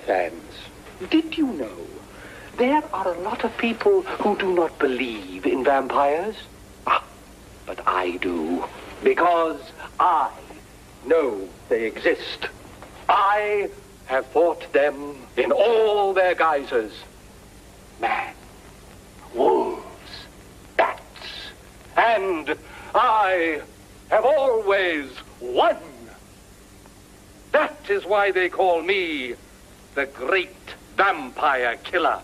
fans. Did you know there are a lot of people who do not believe in vampires? Ah, but I do. Because I know they exist. I have fought them in all their guises. Man, wolves, bats, and I have always won. That is why they call me the Great Vampire Killer.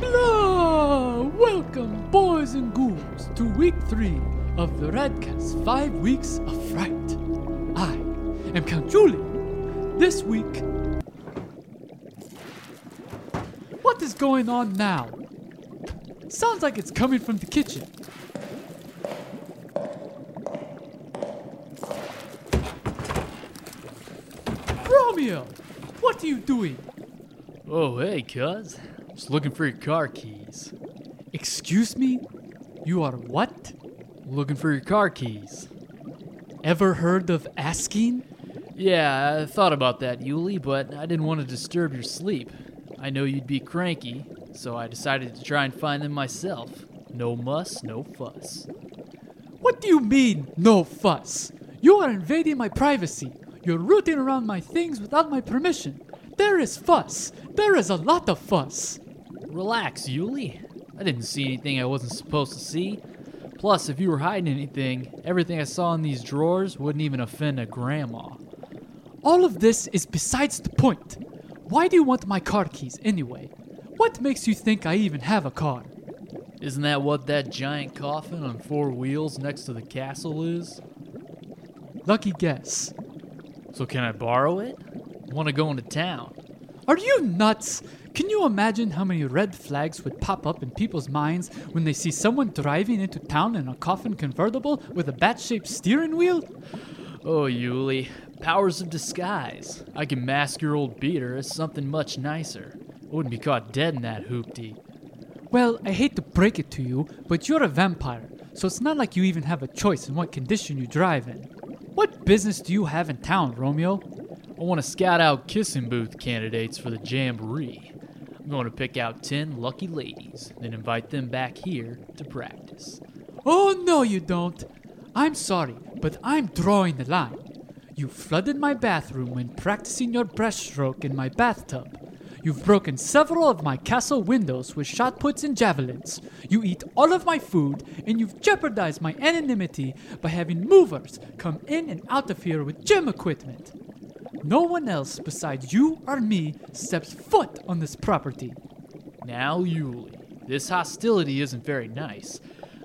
Blah! Welcome, boys and ghouls, to week three of the Radcat's Five Weeks of Fright. I am Count Julian. This week. What is going on now? Sounds like it's coming from the kitchen. Romeo! What are you doing? Oh, hey, cuz. Just looking for your car keys. Excuse me? You are what? Looking for your car keys. Ever heard of asking? Yeah, I thought about that, Yuli, but I didn't want to disturb your sleep. I know you'd be cranky, so I decided to try and find them myself. No muss, no fuss. What do you mean, no fuss? You are invading my privacy. You're rooting around my things without my permission. There is fuss. There is a lot of fuss. Relax, Yuli. I didn't see anything I wasn't supposed to see. Plus, if you were hiding anything, everything I saw in these drawers wouldn't even offend a grandma. All of this is besides the point. Why do you want my car keys anyway? What makes you think I even have a car? Isn't that what that giant coffin on four wheels next to the castle is? Lucky guess. So can I borrow it? Want to go into town? Are you nuts? Can you imagine how many red flags would pop up in people's minds when they see someone driving into town in a coffin convertible with a bat-shaped steering wheel? Oh, Yuli, powers of disguise. I can mask your old beater as something much nicer. I wouldn't be caught dead in that hoopty. Well, I hate to break it to you, but you're a vampire, so it's not like you even have a choice in what condition you drive in. What business do you have in town, Romeo? I want to scout out kissing booth candidates for the jamboree. I'm going to pick out 10 lucky ladies, then invite them back here to practice. Oh, no, you don't. I'm sorry, but I'm drawing the line. You flooded my bathroom when practicing your breaststroke in my bathtub. You've broken several of my castle windows with shot puts and javelins. You eat all of my food, and you've jeopardized my anonymity by having movers come in and out of here with gym equipment. No one else besides you or me steps foot on this property. Now, Yuli, this hostility isn't very nice.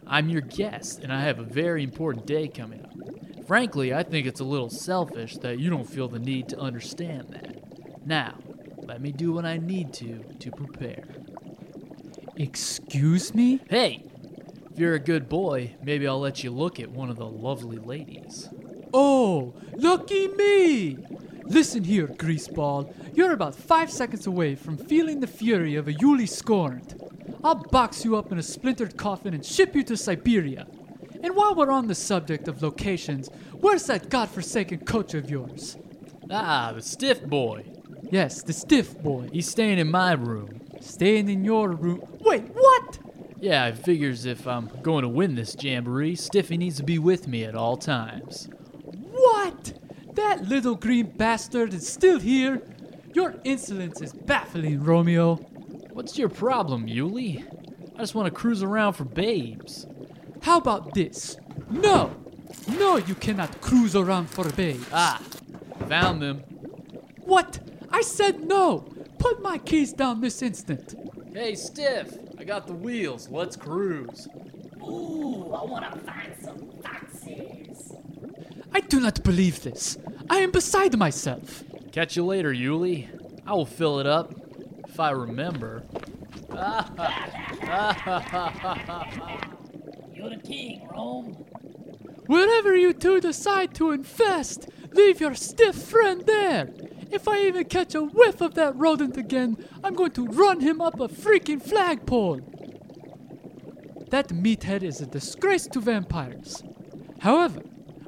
I'm your guest, and I have a very important day coming up. Frankly, I think it's a little selfish that you don't feel the need to understand that. Now, let me do what I need to to prepare. Excuse me? Hey! If you're a good boy, maybe I'll let you look at one of the lovely ladies. Oh, lucky me! Listen here, Greaseball. You're about five seconds away from feeling the fury of a Yuli scorned. I'll box you up in a splintered coffin and ship you to Siberia. And while we're on the subject of locations, where's that godforsaken coach of yours? Ah, the stiff boy. Yes, the stiff boy. He's staying in my room. Staying in your room. Wait, what? Yeah, it figures if I'm going to win this jamboree, Stiffy needs to be with me at all times. What? That little green bastard is still here? Your insolence is baffling, Romeo. What's your problem, Yuli? I just want to cruise around for babes. How about this? No! No, you cannot cruise around for babes. Ah, found them. What? I said no! Put my keys down this instant. Hey, Stiff! I got the wheels. Let's cruise. Ooh, I want to find some foxes. I do not believe this. I am beside myself. Catch you later, Yuli. I will fill it up if I remember. You're the king, Rome. Wherever you two decide to infest, leave your stiff friend there. If I even catch a whiff of that rodent again, I'm going to run him up a freaking flagpole. That meathead is a disgrace to vampires. However,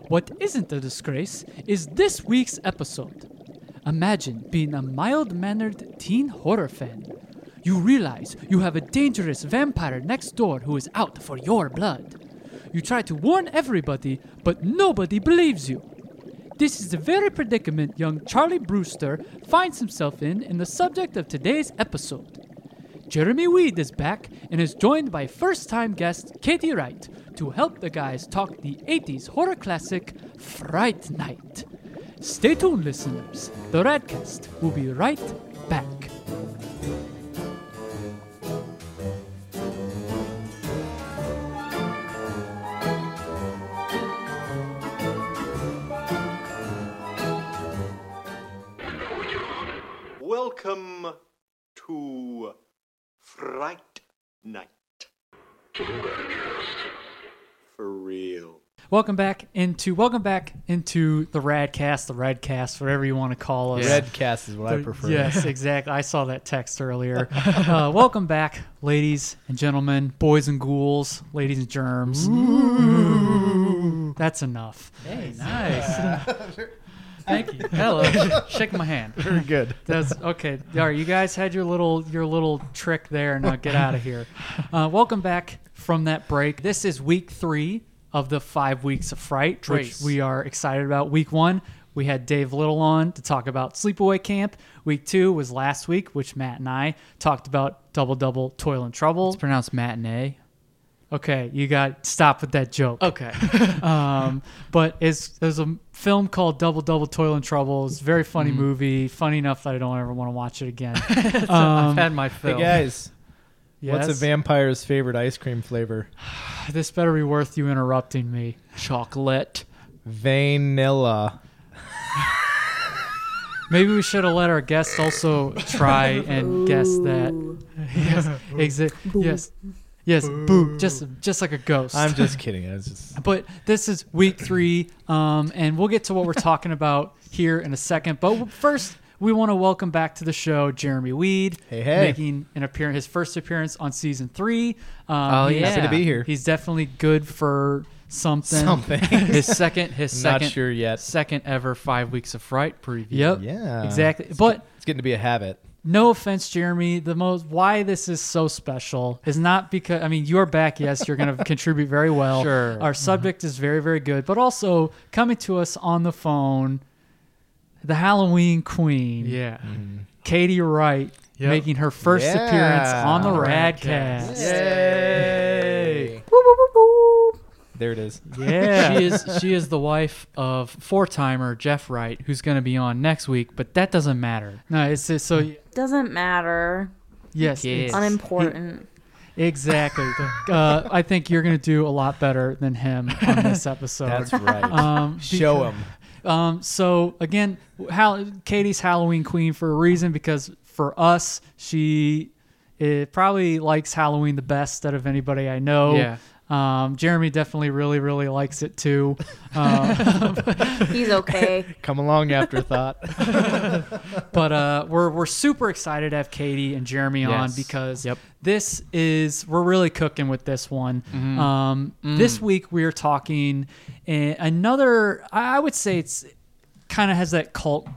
what isn't a disgrace is this week's episode. Imagine being a mild mannered teen horror fan. You realize you have a dangerous vampire next door who is out for your blood. You try to warn everybody, but nobody believes you. This is the very predicament young Charlie Brewster finds himself in in the subject of today's episode. Jeremy Weed is back and is joined by first time guest Katie Wright to help the guys talk the 80s horror classic Fright Night. Stay tuned, listeners. The Radcast will be right back. Welcome to Fright Night. For real. Welcome back into welcome back into the Radcast, the Radcast, whatever you want to call us. Redcast is what I prefer. Yes, exactly. I saw that text earlier. uh, welcome back, ladies and gentlemen, boys and ghouls, ladies and germs. That's enough. Hey, nice. Thank you. Hello. Shake my hand. Very good. That's okay. All right, you guys had your little your little trick there. Now get out of here. Uh, welcome back from that break. This is week three of the five weeks of fright, Trace. which we are excited about. Week one, we had Dave Little on to talk about sleepaway camp. Week two was last week, which Matt and I talked about double double toil and trouble. It's pronounced matinee. Okay, you got stop with that joke. Okay. um, but it's there's a film called Double Double Toil and Trouble. It's a very funny Mm-hmm. movie. Funny enough that I don't ever want to watch it again. Um, I've had my Hey fill. guys, Yes? what's a vampire's favorite ice cream flavor? This better be worth you interrupting me. Chocolate. Vanilla. Maybe we should have let our guests also try and guess that. Yes, exi- yes, yes. Boo. Just, just like a ghost. I'm just kidding. I was just But this is week three, um, and we'll get to what we're talking about here in a second. But first, we want to welcome back to the show Jeremy Weed, Hey, hey. making an appearance, his first appearance on season three. Um, Oh, he's- yeah. Happy to be here. He's definitely good for something. something. His second, his Not second, sure yet. second ever five weeks of fright preview. Yep. Yeah. Exactly. But It's getting to be a habit. no offense, Jeremy. The most why this is so special is not because I mean you're back. Yes, you're going to contribute very well. Sure. Mm-hmm. our subject is very very good, but also coming to us on the phone, the Halloween Queen, Yeah. Katie Wright, Yep. making her first Yeah. appearance on the Radcast. Radcast. Yay! There it is. Yeah, She is she is the wife of four timer Jeff Wright, who's going to be on next week, but that doesn't matter. no, it's just, so Doesn't matter. yes, Yes. ex- Unimportant. exactly. uh, I think you're going to do a lot better than him on this episode. That's right. um, Show him. Um, so again, Hal- Katie's Halloween queen for a reason because for us, she it probably likes Halloween the best out of anybody I know. Yeah. Um, Jeremy definitely really really likes it too. Um, He's okay. Come along, afterthought. but uh, we're we're super excited to have Katie and Jeremy on Yes. because Yep. this is we're really cooking with this one. Mm-hmm. Um, Mm. This week we are talking a- another. I I would say it's kind of has that cult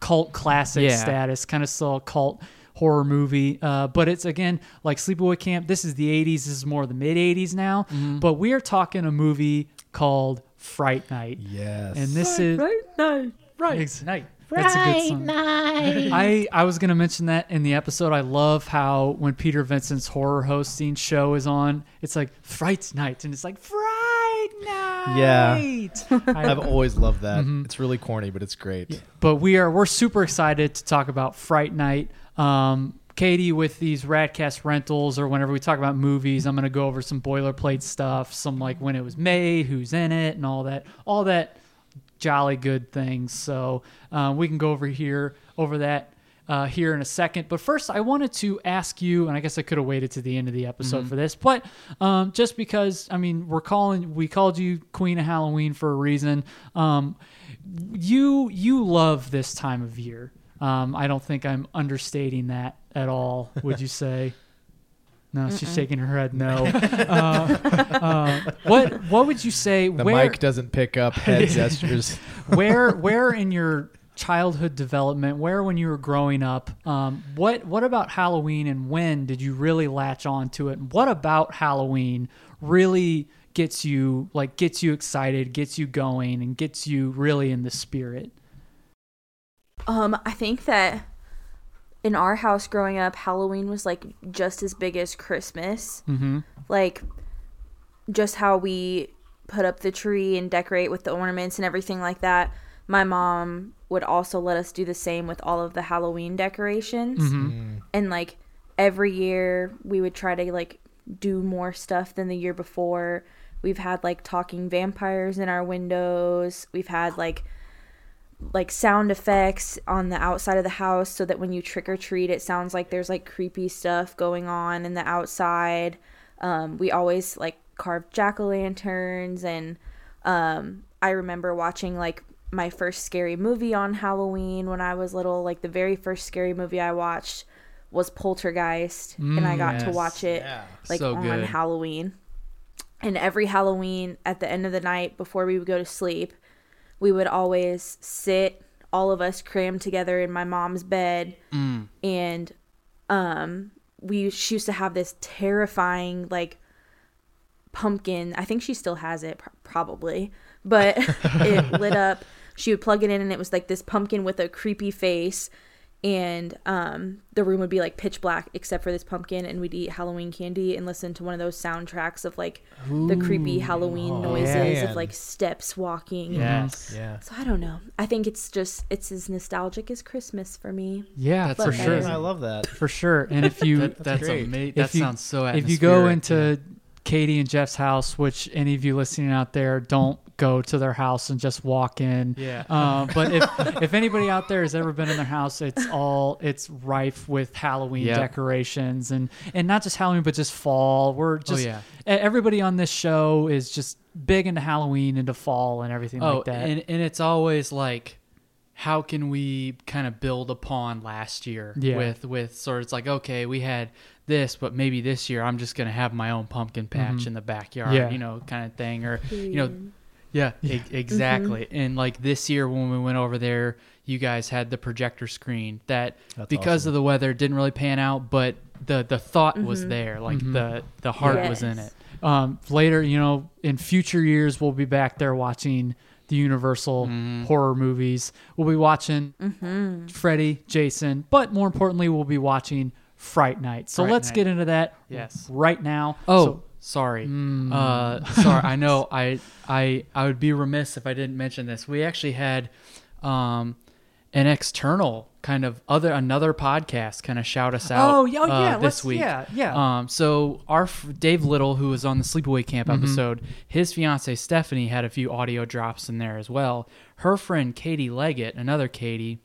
cult classic Yeah. status, kind of still a cult horror movie. Uh, but it's again like Sleepaway Camp. This is the '80s. This is more the mid '80s now. Mm-hmm. But we are talking a movie called Fright Night. yes. And this is right night, right night. That's a good song. I, I was gonna mention that in the episode. I love how when Peter Vincent's horror hosting show is on, it's like Fright Night, and it's like Fright Night. Yeah. I've always loved that. It's really corny, but it's great. but we are we're super excited to talk about Fright Night. Um, Katie with these Ratcast rentals or whenever we talk about movies, I'm gonna go over some boilerplate stuff, some like when it was made, who's in it, and all that, all that jolly good things. So uh, we can go over here over that uh, here in a second. But first, I wanted to ask you, and I guess I could have waited to the end of the episode Mm-hmm. for this, but um, just because I mean we're calling we called you Queen of Halloween for a reason. Um, you you love this time of year. Um, I don't think I'm understating that at all. Would you say? No, she's shaking her head. No. uh, uh, what What would you say? The where, mic doesn't pick up head gestures. where where in your childhood development where when you were growing up um, what what about halloween and when did you really latch on to it and what about halloween really gets you like gets you excited gets you going and gets you really in the spirit Um, I think that in our house growing up, Halloween was like just as big as Christmas. Mm-hmm. Like, just how we put up the tree and decorate with the ornaments and everything like that. My mom would also let us do the same with all of the Halloween decorations. And like every year, we would try to like do more stuff than the year before. We've had like talking vampires in our windows. We've had like like sound effects on the outside of the house so that when you trick or treat it sounds like there's like creepy stuff going on in the outside um, we always like carved jack-o'-lanterns and um, i remember watching like my first scary movie on halloween when i was little like the very first scary movie i watched was poltergeist and i got Mm, to yes. watch it like So on good. halloween and every halloween at the end of the night before we would go to sleep we would always sit all of us crammed together in my mom's bed Mm. and um we she used to have this terrifying like pumpkin i think she still has it pr- probably but it lit up she would plug it in and it was like this pumpkin with a creepy face and um the room would be like pitch black except for this pumpkin and we'd eat halloween candy and listen to one of those soundtracks of like the creepy halloween noises man. of like steps walking and yes yeah. so I don't know. I think it's just it's as nostalgic as Christmas for me. yeah for that sure is- I love that. for sure and if you That's That's great. amazing. That If you- sounds so. if you go atmospheric. into Katie and Jeff's house, which any of you listening out there, don't go to their house and just walk in. Yeah. Um, but if if anybody out there has ever been in their house, it's all it's rife with Halloween Yep. decorations and and not just Halloween, but just fall. We're just Oh, yeah. e- everybody on this show is just big into Halloween, into fall, and everything oh, like that. and and it's always like, how can we kind of build upon last year Yeah. with with sort of it's like okay we had this but maybe this year I'm just gonna have my own pumpkin patch in the backyard Mm-hmm. Yeah. you know kind of thing or you know yeah, e- exactly and like this year when we went over there you guys had the projector screen that because of the weather it didn't really pan out but the the thought was there like Mm-hmm. the the heart was in Yes. it um, later, you know, in future years, we'll be back there watching the Universal Mm-hmm. horror movies. We'll be watching Freddy, Jason, but more importantly, we'll be watching Fright Night. So Fright let's Night. get into that Yes. right now. Oh, So- sorry. Mm. Uh, sorry. I know. I I I would be remiss if I didn't mention this. We actually had um, an external kind of other another podcast kind of shout us out. Oh, yeah, oh, uh, yeah, this let's- week. yeah, yeah. Um, so our f- Dave Little, who was on the Sleepaway Camp Mm-hmm. episode, his fiance Stephanie had a few audio drops in there as well. Her friend Katie Leggett, another Katie,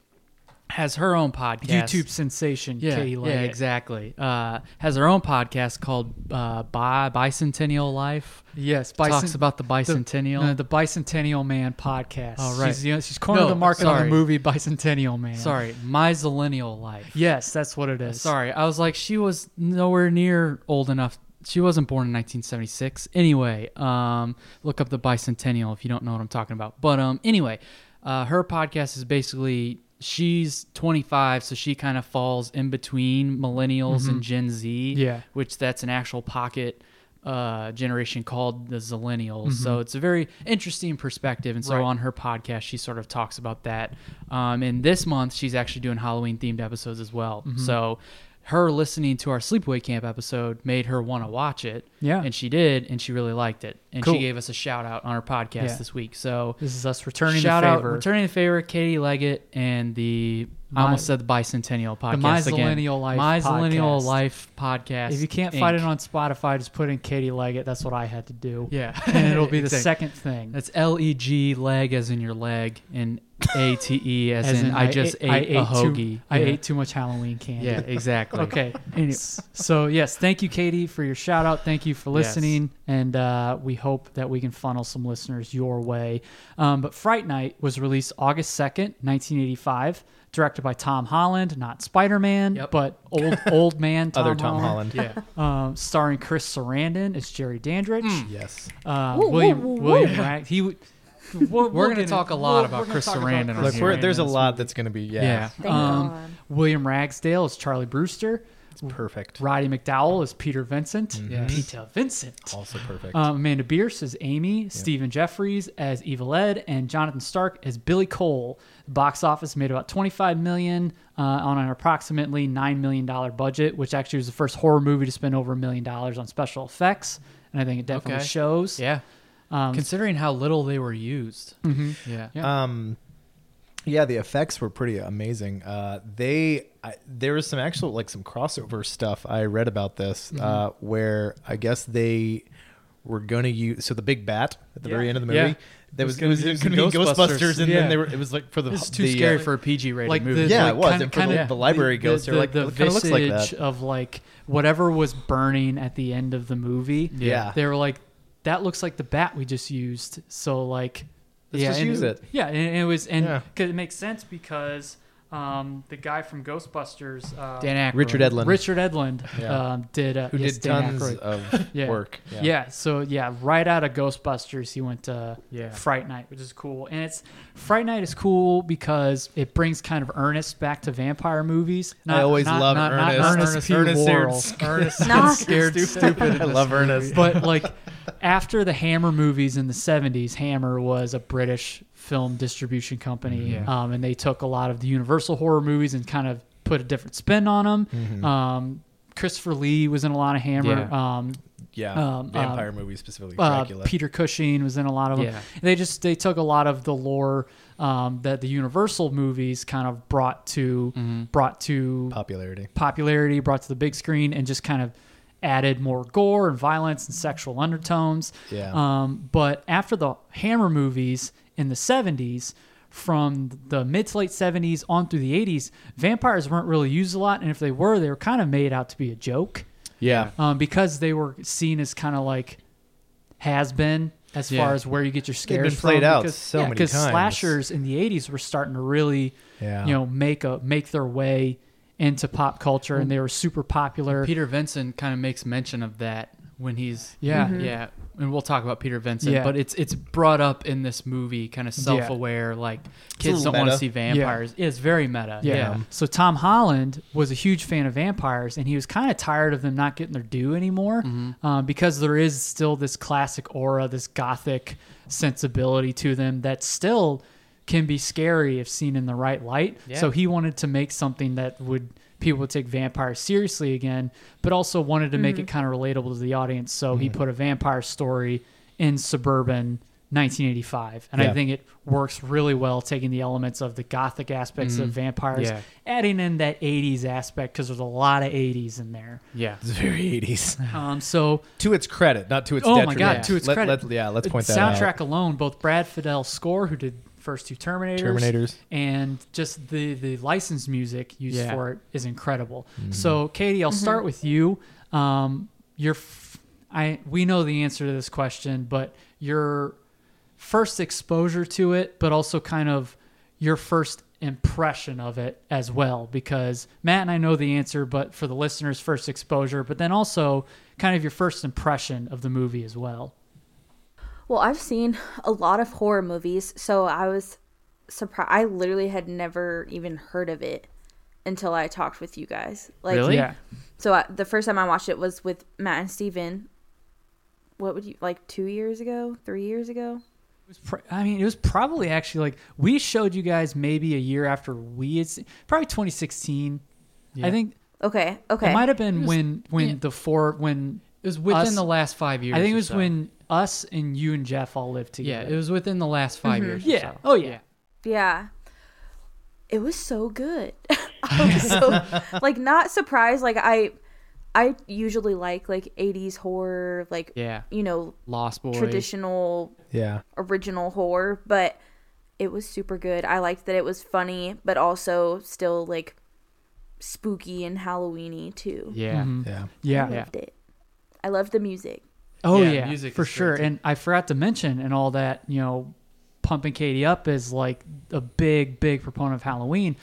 has her own podcast. YouTube sensation, Yeah, Katie Leggett. yeah, exactly. Uh, has her own podcast called uh, Bi- Bicentennial Life. Yes, Talks about the bicentennial. uh, the Bicentennial Man podcast. Oh, right. She's, the- she's cornered No, the market on the sorry. movie Bicentennial Man. Sorry, my millennial life. Yes, that's what it is. Sorry, I was like, she was nowhere near old enough. She wasn't born in 1976. Anyway, um, look up the bicentennial if you don't know what I'm talking about. But um, anyway, uh, her podcast is basically she's 25, so she kind of falls in between millennials and Gen Z. Mm-hmm. Yeah. which that's an actual pocket uh, generation called the Zillennials. Mm-hmm. So it's a very interesting perspective. And so on her podcast, she sort of talks about that. Um, and this month, she's actually doing Halloween themed episodes as well. Mm-hmm. So her listening to our Sleepaway Camp episode made her want to watch it. Yeah. And she did. And she really liked it. And Cool. she gave us a shout out on her podcast Yeah. this week. So This is us returning shout the out, favor. returning the favor, Katie Leggett and the My- I almost said the bicentennial podcast. The again. Myzillennial Life My podcast. Life podcast. If you can't find it Inc. on Spotify, just put in Katie Leggett. That's what I had to do. yeah, And it'll be the Exactly. second thing. That's L E G leg as in your leg and A T E as, in, I just ate, I a too- hoagie. I Yeah. ate too much Halloween candy. Yeah, exactly. Okay. S- so yes, thank you, Katie, for your shout out. Thank you for listening, and uh, we hope that we can funnel some listeners your way. Um, but Fright Night was released August second, nineteen eighty five. Directed by Tom Holland, not Spider Man, Yep. but old old man Tom Other Tom Holland. Yeah. Um, starring Chris Sarandon as Jerry Dandridge. Yes. Uh, Whoa, William whoa, whoa, William Rag. He. w- We're, We're gonna talk a lot about Chris Sarandon on Look, Yeah. we're, there's a lot that's going to be, yeah. Yeah. Thank God. William Ragsdale is Charlie Brewster. It's perfect. Roddy McDowell is Peter Vincent. Mm-hmm. Yes. Peter Vincent. Also perfect. Um, Amanda Bierce as Amy, Stephen Jeffries as Evil Ed, and Jonathan Stark as Billy Cole. The box office made about 25 million uh, on an approximately nine million dollar budget, which actually was the first horror movie to spend over a million dollars on special effects, and I think it definitely Okay. shows. Yeah. Um, Considering how little they were used. Mm-hmm. Yeah. Um, yeah, the effects were pretty amazing. Uh, they I, there was some actual like some crossover stuff I read about this uh, where I guess they were going to use so the big bat at the very end of the movie Yeah. that was it gonna was be going used to be in Ghostbusters, Ghostbusters. and Yeah. then they were it was like for the It's too the, scary uh, for a PG rated like movie. the, Yeah, like it was. Kind, And for the- kind of the library ghosts the, are like, the "Look, kinda looks like that." visage of like whatever was burning at the end of the movie. Yeah. they were like, that looks like the bat we just used. So like, Let's yeah, just and use it. Yeah, and and it was and Yeah. 'cause it makes sense because um, the guy from Ghostbusters, uh, Dan Aykroyd. Richard Edlund Richard Edlund, um, did uh, who yes, did Dan tons Aykroyd. of Yeah. work. Yeah. So yeah, right out of Ghostbusters, he went to Yeah. Fright Night, which is cool. And it's Fright Night is cool because it brings kind of earnest back to vampire movies. I always not, love not, Ernest. Not Ernest, Ernest, P. Ernest, Worrell. Ernest. Ernest Nah. Scared Stupid. I love Ernest. but like after the Hammer movies in the '70s, Hammer was a British film distribution company, Mm-hmm. Yeah. um, and they took a lot of the Universal horror movies and kind of put a different spin on them. Um, Christopher Lee was in a lot of Hammer. Yeah. Um, Mm-hmm. Yeah, Um, vampire movies specifically uh, Dracula. Peter Cushing was in a lot of them. Yeah. They just they took a lot of the lore um, that the Universal movies kind of brought to Mm-hmm. brought to popularity. popularity, brought to the big screen, and just kind of added more gore and violence and sexual undertones. Yeah. Um, but after the Hammer movies in the '70s. From the mid to late 70s on through the 80s, vampires weren't really used a lot. And if they were, they were kind of made out to be a joke Yeah. um, because they were seen as kind of like has been as Yeah. far as where you get your They've scares been from, played out because, so yeah, many 'cause times. slashers in the '80s were starting to really, Yeah. you know, make a make their way into pop culture, and they were super popular. Peter Vincent kind of makes mention of that when he's Yeah. Mhm. yeah, Mm-hmm. and we'll talk about Peter Vincent, Yeah. but it's it's brought up in this movie, kind of self aware, like kids little don't want to meta. see vampires. It's very meta. Yeah, So Tom Holland was a huge fan of vampires, and he was kind of tired of them not getting their due anymore, um, because there is still this classic aura, this gothic sensibility to them that still can be scary if seen in the right light. So he wanted to make something that would people would take vampires seriously again, but also wanted to make it kind of relatable to the audience. So he put a vampire story in suburban 1985 and i Yeah. think it works really well taking the elements of the gothic aspects of vampires Yeah. adding in that 80s aspect because there's a lot of 80s in there yeah. It's very 80s. um so to its credit, not to its oh my detriment. god to its Let- credit let- yeah, let's the point that out. soundtrack alone both brad fidel's score who did first two terminators Terminators. and just the the licensed music used Yeah. Mm-hmm. for it is incredible so katie i'll start with you um your f- i we know the answer to this question but your first exposure to it, but also kind of your first impression of it as well. Because Matt and I know the answer, but for the listeners, first exposure, but then also kind of your first impression of the movie as well. Well, I've seen a lot of horror movies, so I was surprised. I literally had never even heard of it until I talked with you guys. Like, Really? Yeah. So I, the first time I watched it was with Matt and Steven. What would you like two years ago, three years ago? It was pr- I mean, it was probably actually like we showed you guys maybe a year after we had seen, probably 2016. I think Okay, okay. it might have been when when the four when It was within Us- the last five years. I think it or was uh, so. when us and you and Jeff all lived yeah, Mm-hmm. Oh, together. it was within the last 5 years. or yeah. so. Oh yeah. yeah. it was so good. I was so like not surprised. Like I, I usually like like '80s horror, like Yeah. you know, Lost Boys. traditional Yeah. original horror, but it was super good. I liked that it was funny, but also still like spooky and Halloweeny too. Yeah. Yeah. Yeah. I loved it. I loved the music. Oh Yeah, yeah, music for is great, sure. too. And I forgot to mention and all that, you know, pumping Katie up is like a big, big proponent of Halloween.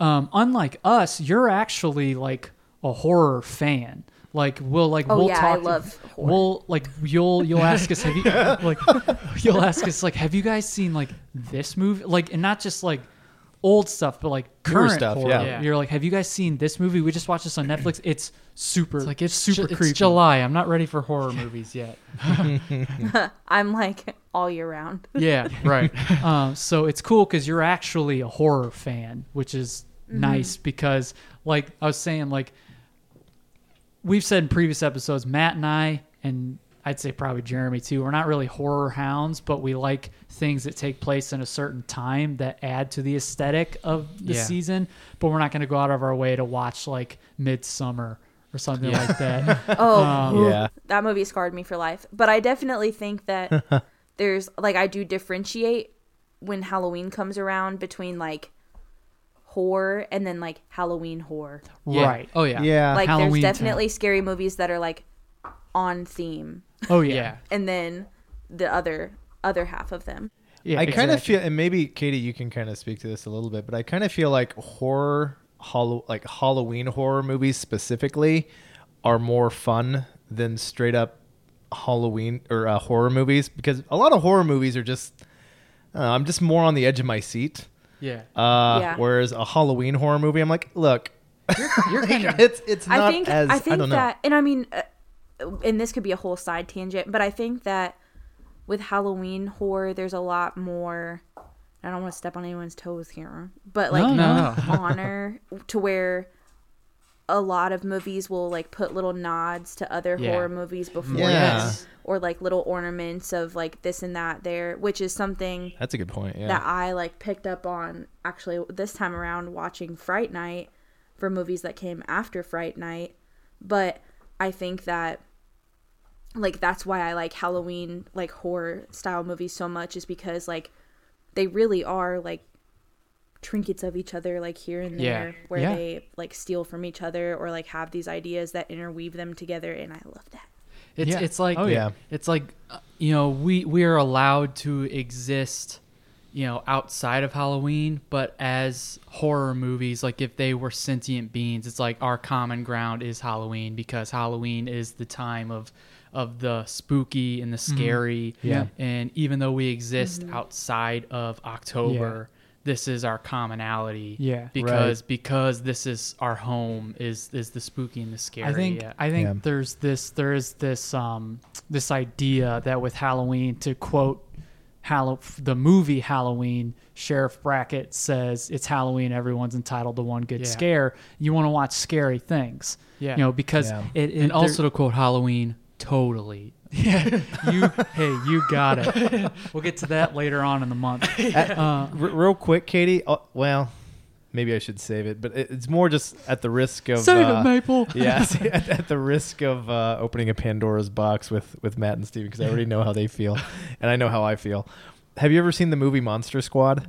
Um, unlike us, you're actually like a horror fan. Like we'll like Oh, we'll yeah, I talk. love horror. We'll like you'll you'll ask us have you like you'll ask us like have you guys seen like this movie like and not just like old stuff but like Newer current stuff, horror. yeah. Yeah. You're like have you guys seen this movie? We just watched this on Netflix. It's super Like it's super super. creepy. It's July. I'm not ready for horror movies yet. I'm like all year round. Yeah. Right. um, so it's cool because you're actually a horror fan, which is nice because, like I was saying, like we've said in previous episodes, Matt and I, and I'd say probably Jeremy too, we're not really horror hounds, but we like things that take place in a certain time that add to the aesthetic of the Yeah. season. But we're not going to go out of our way to watch like Midsummer or something like that. Oh, Yeah. that movie scarred me for life. But I definitely think that there's like I do differentiate when Halloween comes around between like horror and then like Halloween horror. Yeah. Right. Oh yeah. Yeah. Like Uh, Halloween uh, there's town. definitely scary movies that are like on theme Oh yeah. Yeah. and then the other other half of them. Yeah, I kind of exactly. feel, and maybe Katie, you can kind of speak to this a little bit, but I kind of feel like horror, hollow, like Halloween horror movies specifically, are more fun than straight up Halloween or uh, horror movies because a lot of horror movies are just, I don't know, I'm just more on the edge of my seat. Yeah. Uh, Yeah. Whereas a Halloween horror movie, I'm like, look, You're kind of. it's it's not I think as I think don't know. that, and I mean, uh, and this could be a whole side tangent, but I think that with Halloween horror, there's a lot more. I don't want to step on anyone's toes here, but like no, honor to where a lot of movies will like put little nods to other Yeah. horror movies before Yeah. it, or like little ornaments of like this and that there, which is something That's a good point. Yeah. that I like picked up on actually this time around watching Fright Night for movies that came after Fright Night. But I think that like that's why I like Halloween like horror style movies so much is because like they really are like trinkets of each other like here and Yeah. there where Yeah. they like steal from each other or like have these ideas that interweave them together and I love that. It's Yeah. it's like Oh, yeah. It's like uh, you know we we are allowed to exist, you know, outside of Halloween, but as horror movies, like if they were sentient beings, it's like our common ground is Halloween because Halloween is the time of of the spooky and the Mm-hmm. scary. Yeah. And even though we exist outside of October, this is our commonality. Yeah. Because because this is our home is is the spooky and the scary. I think yeah. I think Yeah. there's this there is this um this idea that with Halloween to quote Hallow- the movie Halloween Sheriff Brackett says it's Halloween everyone's entitled to one good Yeah. scare you want to watch scary things Yeah. you know because Yeah. it, it and there- also to quote Halloween, totally. you hey you got it we'll get to that later on in the month Uh, R- Uh, real quick, Katie. Uh, well, maybe I should save it, but it, it's more just at the risk of Save it, uh, Maple. yeah, at, at the risk of uh, opening a Pandora's box with with Matt and Steven because I already know how they feel, and I know how I feel. Have you ever seen the movie Monster Squad?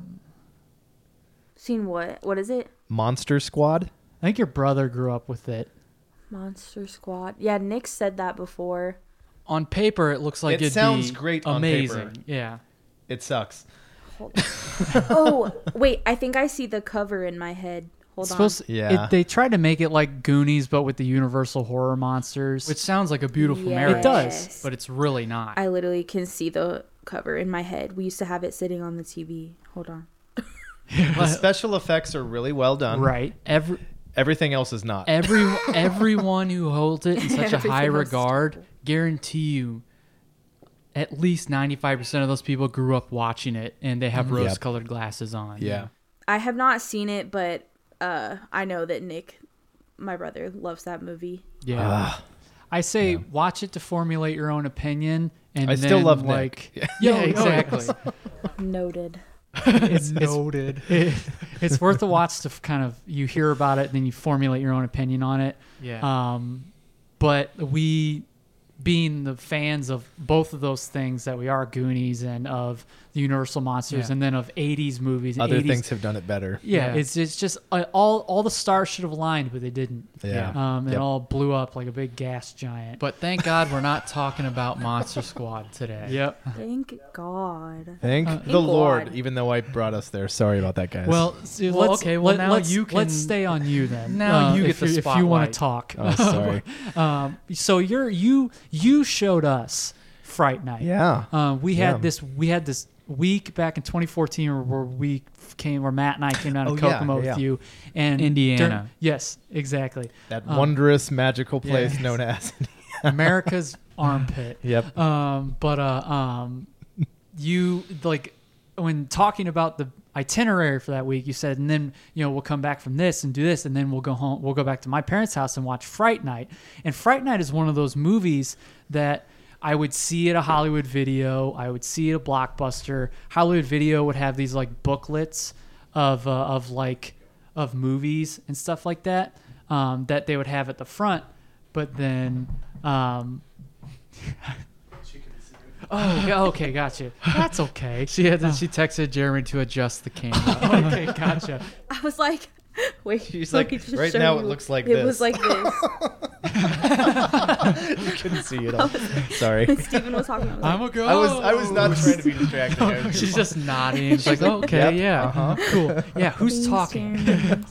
Seen what? What is it? Monster Squad. I think your brother grew up with it Monster Squad. Yeah, Nick said that before. On paper, it looks like It it'd sounds be great on amazing. paper. Yeah, It sucks. oh wait, I think I see the cover in my head. Hold It's on. supposed to- Yeah. it, they tried to make it like Goonies but with the Universal horror monsters which sounds like a beautiful Yes. marriage. It does. but it's really not. I literally can see the cover in my head. We used to have it sitting on the TV. Hold on. The special effects are really well done. right Every Everything else is not. every everyone who holds it in such a Everything high else is regard, guarantee you, at least ninety five percent of those people grew up watching it, and they have rose colored glasses on. yeah. I have not seen it, but uh, I know that Nick, my brother, loves that movie. Yeah. I say watch it to formulate your own opinion and I still then, love Nick. like Yeah. Yeah, exactly. Noted. It's, Noted. It's, it- it's worth a watch to f- kind of you hear about it, and then you formulate your own opinion on it. Yeah. Um, but we, being the fans of both of those things that we are, Goonies and of the Universal monsters, Yeah. and then of '80s movies, and Other 80s things have done it better. yeah, Yeah. it's it's just uh, all all the stars should have aligned, but they didn't. Yeah. um, it Yep. all blew up like a big gas giant. But thank God we're not talking about Monster Squad today. yep. Thank God. Thank the God. Lord, even though I brought us there. Sorry about that, guys. Well, so Well, let's, okay, okay. Well, well, now let's, you can- let's stay on you then. Uh, Now you get if the If you want spotlight. to talk, oh, sorry. um, so you're you you showed us Fright Night. yeah. Uh, we had Yeah. this we had this week back in 2014 where- where we came where Matt and I came down to Oh, yeah, Kokomo yeah, with yeah. you and Indiana. during- yes, exactly. that um, wondrous magical place yes. known as. America's armpit. Yep. Um, but uh, um, you like when talking about the itinerary for that week, you said, and then you know we'll come back from this and do this, and then we'll go home. We'll go back to my parents' house and watch Fright Night. And Fright Night is one of those movies that. I would see at a Hollywood video. I would see at a blockbuster. Hollywood video would have these like booklets of uh, of like of movies and stuff like that um, that they would have at the front. But then um, Oh, yeah, okay, gotcha. That's okay. She had to, she texted Jeremy to adjust the camera. okay, gotcha. I was like, wait. She's like, right now it looks like it this. was like this. you couldn't see it all. Sorry. Stephen was talking. I was I'm like, a girl. I was I was not trying to be distracted. I was She's just nodding. She's like, Yep, okay, yeah, cool. Yeah, who's talking?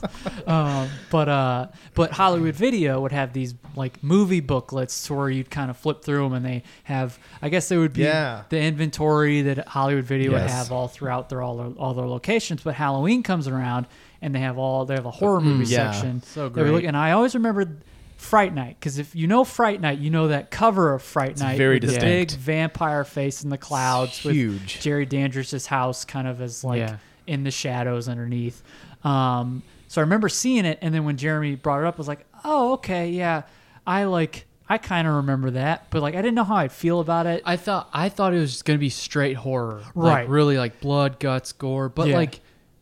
um, but uh, but Hollywood Video would have these like movie booklets to where you'd kind of flip through them, and they have, I guess they would be Yeah. the inventory that Hollywood Video would Yes. have all throughout their all their, all their locations. But Halloween comes around, and they have all they have a horror movie Mm, yeah. section. So that we great. look- and I always remember. Fright Night, because if you know Fright Night, you know that cover of Fright Night, very with the big distinct. vampire face in the clouds, with huge. Jerry Dandridge's house kind of as like Yeah. in the shadows underneath. Um, so I remember seeing it, and then when Jeremy brought it up, I was like, "Oh, okay, yeah, I like, I kind of remember that, but like, I didn't know how I'd feel about it." I thought I thought it was just gonna be straight horror, like, Right. really like blood, guts, gore. But Yeah. like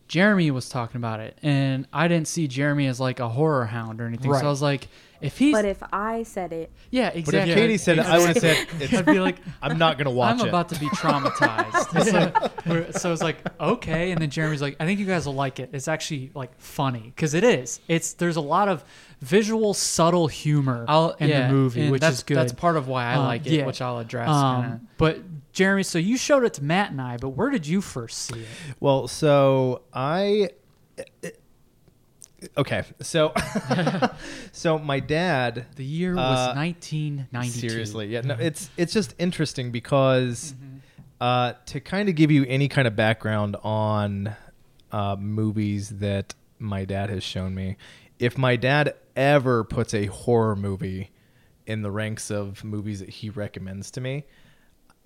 Jeremy was talking about it, and I didn't see Jeremy as like a horror hound or anything. Right. So I was like, if he's But if I said it, yeah, But if exactly. Katie said it, I would have said I'd it's, be like, I'm not gonna watch I'm it. about to be traumatized. It's like- we're- so it's like okay, and then Jeremy's like, "I think you guys will like it. It's actually like funny because it is. It's there's a lot of visual, subtle humor I'll, in yeah, the movie, and which that's, is good. That's part of why I Um, like it, yeah. which I'll address. kinda. Um, but Jeremy, so you showed it to Matt and I, but where did you first see it? Well, so I eh, okay, so so my dad The year was Uh, 1992. seriously, yeah, no, Mm-hmm. it's it's just interesting because uh, to kind of give you any kind of background on uh, movies that my dad has shown me, if my dad ever puts a horror movie in the ranks of movies that he recommends to me,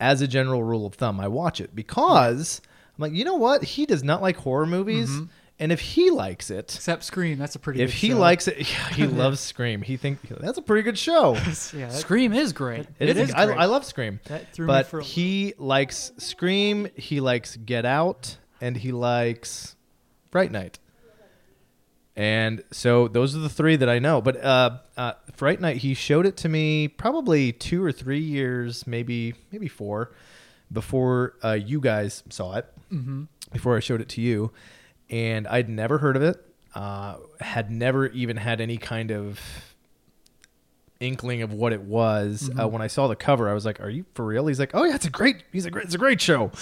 as a general rule of thumb, I watch it because I'm like, you know what? He does not like horror movies, and if he likes it, Except Scream, that's Mm-hmm. a pretty. if good he show. likes it, he loves Scream. He thinks that's a pretty good show. yeah, that- Scream is great. It is. great. I, I love Scream. That threw me but for a loop. he likes Scream. He likes Get Out, and he likes Fright Night. And so those are the three that I know. But uh, uh, Fright Night, he showed it to me probably two or three years, maybe maybe four, before uh, you guys saw it. Mm-hmm. Before I showed it to you, and I'd never heard of it. Uh, had never even had any kind of inkling of what it was uh, when I saw the cover. I was like, "Are you for real?" He's like, "Oh yeah, it's a great, he's a great, it's a great show."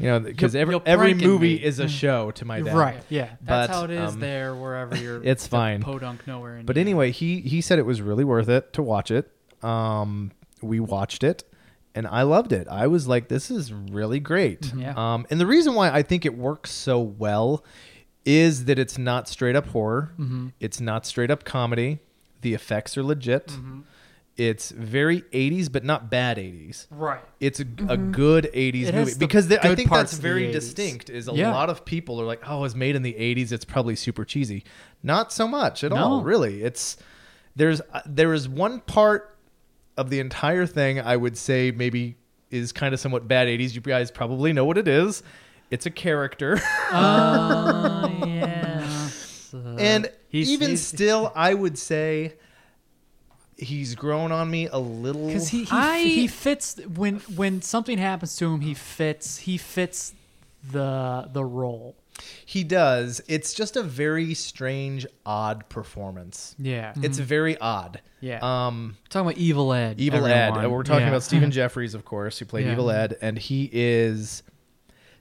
you know, because You're- every you're every pranking movie me. is a show to my dad. right, yeah. That's but, how it is um, there, wherever you're. it's the fine. Podunk nowhere. In But here. anyway, he he said it was really worth it to watch it. Um, we watched it, and I loved it. I was like, "This is really great." Yeah. Um, and the reason why I think it works so well is that it's not straight up horror. It's not straight up comedy. The effects are legit. It's very 80s, but not bad 80s. Right. It's a, a good 80s Mm-hmm. It has movie the because the- I good think parts that's of the very 80s. distinct. Is a Yeah. lot of people are like, "Oh, it was made in the 80s. It's probably super cheesy." Not so much at No. all, really. It's there's uh, there is one part of the entire thing I would say maybe is kind of somewhat bad 80s. You guys probably know what it is. It's a character. Oh, yeah. and he's- even he's- still, I would say he's grown on me a little. because he he, I- he fits when when something happens to him he fits he fits the the role He does. It's just a very strange, odd performance. Yeah. It's very odd. Mm-hmm. Yeah. Um, talking about Evil Ed. Evil Ed. everyone. uh, We're talking Yeah. about Stephen Jeffries, of course, who played Yeah. Evil Ed, and he is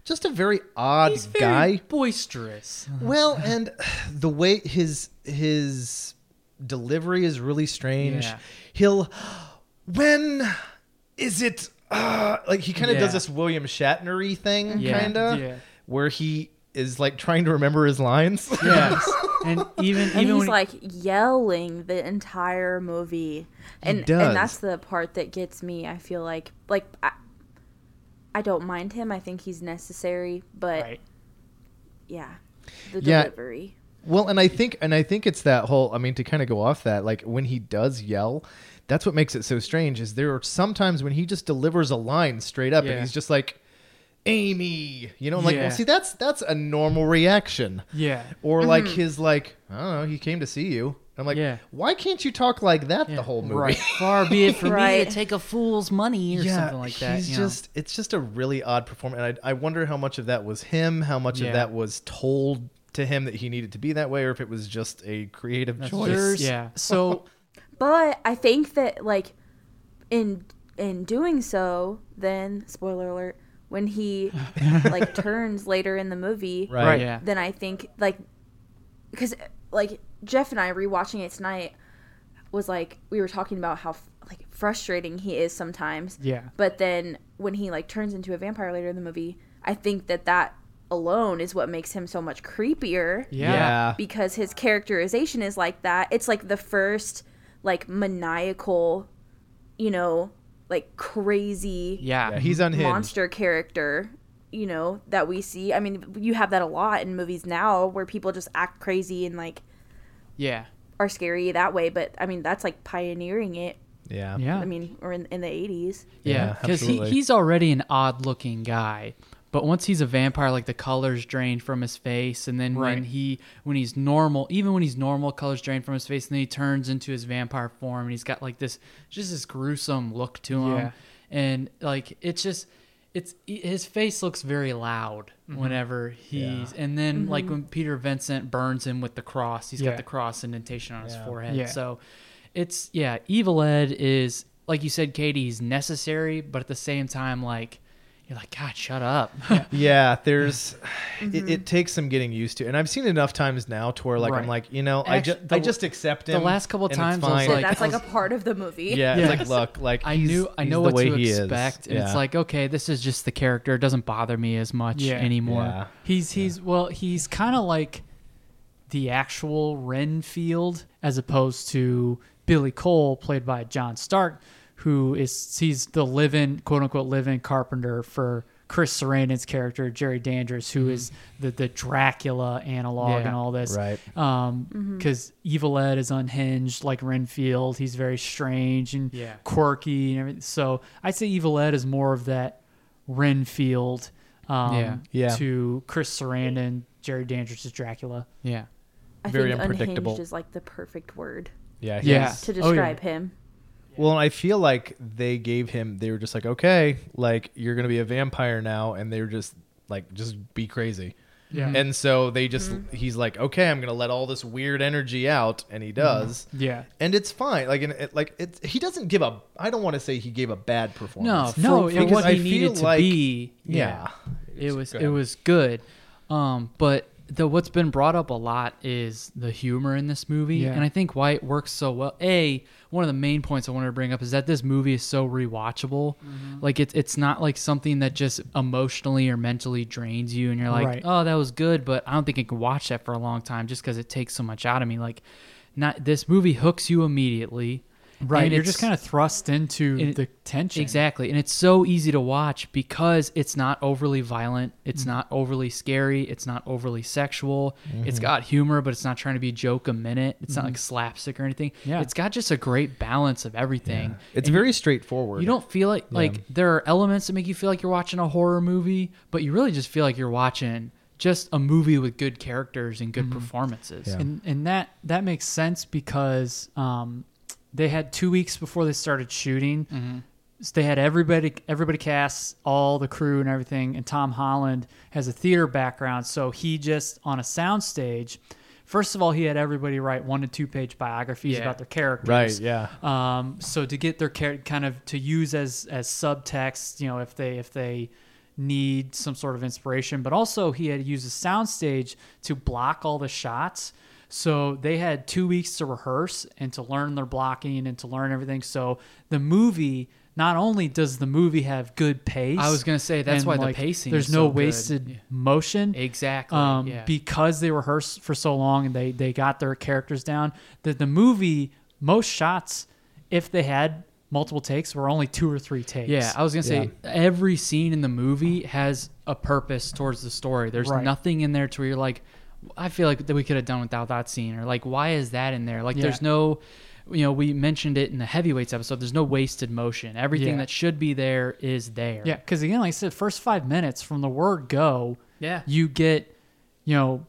just a very odd He's very guy. boisterous. Well, and the way his his delivery is really strange. Yeah. He'll when is it uh, like he kind of Yeah. does this William Shatnery thing, Yeah. kind of Yeah. where he is like trying to remember his lines. Yes. and even And even he's when like yelling the entire movie, and does. and that's the part that gets me. I feel like like I, I don't mind him. I think he's necessary, but Right. yeah, the Yeah. delivery. Well, and I think and I think it's that whole I mean to kind of go off that like when he does yell, that's what makes it so strange is there are sometimes when he just delivers a line straight up and Yeah. he's just like Amy, you know, I'm like, Yeah. well, see, that's that's a normal reaction. yeah. Or like his like, I don't know, he came to see you. I'm like, Yeah. why can't you talk like that the whole movie? Right. Far be it from me Right. to take a fool's money or yeah, something like that. He's you know. just it's just a really odd performance. And I I wonder how much of that was him, how much Yeah. of that was told to him that he needed to be that way, or if it was just a creative choice. There's- yeah. so But I think that like in in doing so, then spoiler alert, when he like turns later in the movie, Right. Right. Yeah. then I think like because like Jeff and I rewatching it tonight was like we were talking about how like frustrating he is sometimes. Yeah. But then when he like turns into a vampire later in the movie, I think that that alone is what makes him so much creepier Yeah. because his characterization is like that. It's like the first like maniacal, you know, like crazy Yeah. Yeah, he's unhinged. monster character you know that we see i mean you have that a lot in movies now where people just act crazy and like yeah. are scary that way but i mean that's like pioneering it Yeah. Yeah. i mean or in, in the 80s Yeah, Yeah, because he, absolutely. he's already an odd looking guy. But once he's a vampire, like the colors drained from his face, and then when Right. he when he's normal, even when he's normal, colors drain from his face, and then he turns into his vampire form, and he's got like this just this gruesome look to him, Yeah. and like it's just it's his face looks very loud Mm-hmm. whenever he's, and then like when Peter Vincent burns him with the cross, he's Yeah. got the cross indentation on his forehead, Yeah. so it's yeah, Evil Ed is like you said, Katie, he's necessary, but at the same time, like you're like, God, shut up. Yeah, there's it, it takes some getting used to. And I've seen it enough times now to where like Right. I'm like, you know, I Actu- just the- I just accept the him. last couple and it's times I was fine. like- that's like a part of the movie yeah, it's Yes. like look, like I he's- knew I he's know the what way to he is. expect, and Yeah. it's like, okay, this is just the character. It doesn't bother me as much Yeah. anymore. Yeah. He's he's well, he's kind of like the actual Renfield as opposed to Billy Cole played by John Stark, who is he's the living quote unquote living carpenter for Chris Sarandon's character Jerry Danders, who is the the Dracula analog Mm-hmm. Yeah. and all this, Right. Um, because Evil Ed is unhinged like Renfield. He's very strange and Yeah. quirky and everything. So I'd say Evil Ed is more of that Renfield um, Yeah. Yeah. to Chris Sarandon, Jerry Dandridge's Dracula. Yeah, i Very think unpredictable. unhinged is like the perfect word yeah, he Yeah. is. to Oh, yeah. describe him Well, and I feel like they gave him they were just like, "Okay, like you're going to be a vampire now." And they were just like, "Just be crazy." Yeah. And so they just he's like, "Okay, I'm going to let all this weird energy out." And Mm-hmm. he does. Yeah. and it's fine. Like, and it, like it, he doesn't give a. I don't want to say he gave a bad no, performance. no, No, for, because what I he needed feel to like- be. Yeah. it was Go it ahead. was good um but the what's been brought up a lot is the humor in this movie Yeah. and i think why it works so well a one of the main points i wanted to bring up is that this movie is so rewatchable like it's it's not like something that just emotionally or mentally drains you and you're like Right. oh that was good but i don't think i can watch that for a long time just because it takes so much out of me like not this movie hooks you immediately Right. And You're just it's- kind of thrust into it- the tension. Exactly. And it's so easy to watch because it's not overly violent. It's not overly scary. It's not overly sexual. It's got humor, but it's not trying to be joke a minute. It's not like slapstick or anything. Yeah. It's got just a great balance of everything. It's very straightforward. You don't feel like like there are elements that make you feel like you're watching a horror movie, but you really just feel like you're watching just a movie with good characters and good performances. Yeah. and and that that makes sense because um, they had two weeks before they started shooting. Mm-hmm. So they had everybody everybody cast all the crew and everything, and Tom Holland has a theater background, so he just on a soundstage. First of all, he had everybody write one to two page biographies Yeah. about their characters. Right, yeah. uh, Um, so to get their char- kind of to use as as subtext, you know, if they if they need some sort of inspiration, but also he had used a soundstage to block all the shots. So they had two weeks to rehearse and to learn their blocking and to learn everything. So the movie not only does the movie have good pace, I was gonna say, that's and, why the pacing There's is no so good. wasted Yeah. motion Exactly. um, yeah. because they rehearsed for so long and they they got their characters down that the movie most shots if they had multiple takes were only two or three takes Yeah, I was gonna say every scene in the movie has a purpose towards the story. There's Right. nothing in there to where you're like, I feel like that we could have done without that scene, or like, why is that in there? Like, Yeah. there's no, you know, we mentioned it in the heavyweights episode. There's no wasted motion. Everything Yeah. that should be there is there. yeah because again like i said first five minutes from the word go Yeah. you get you know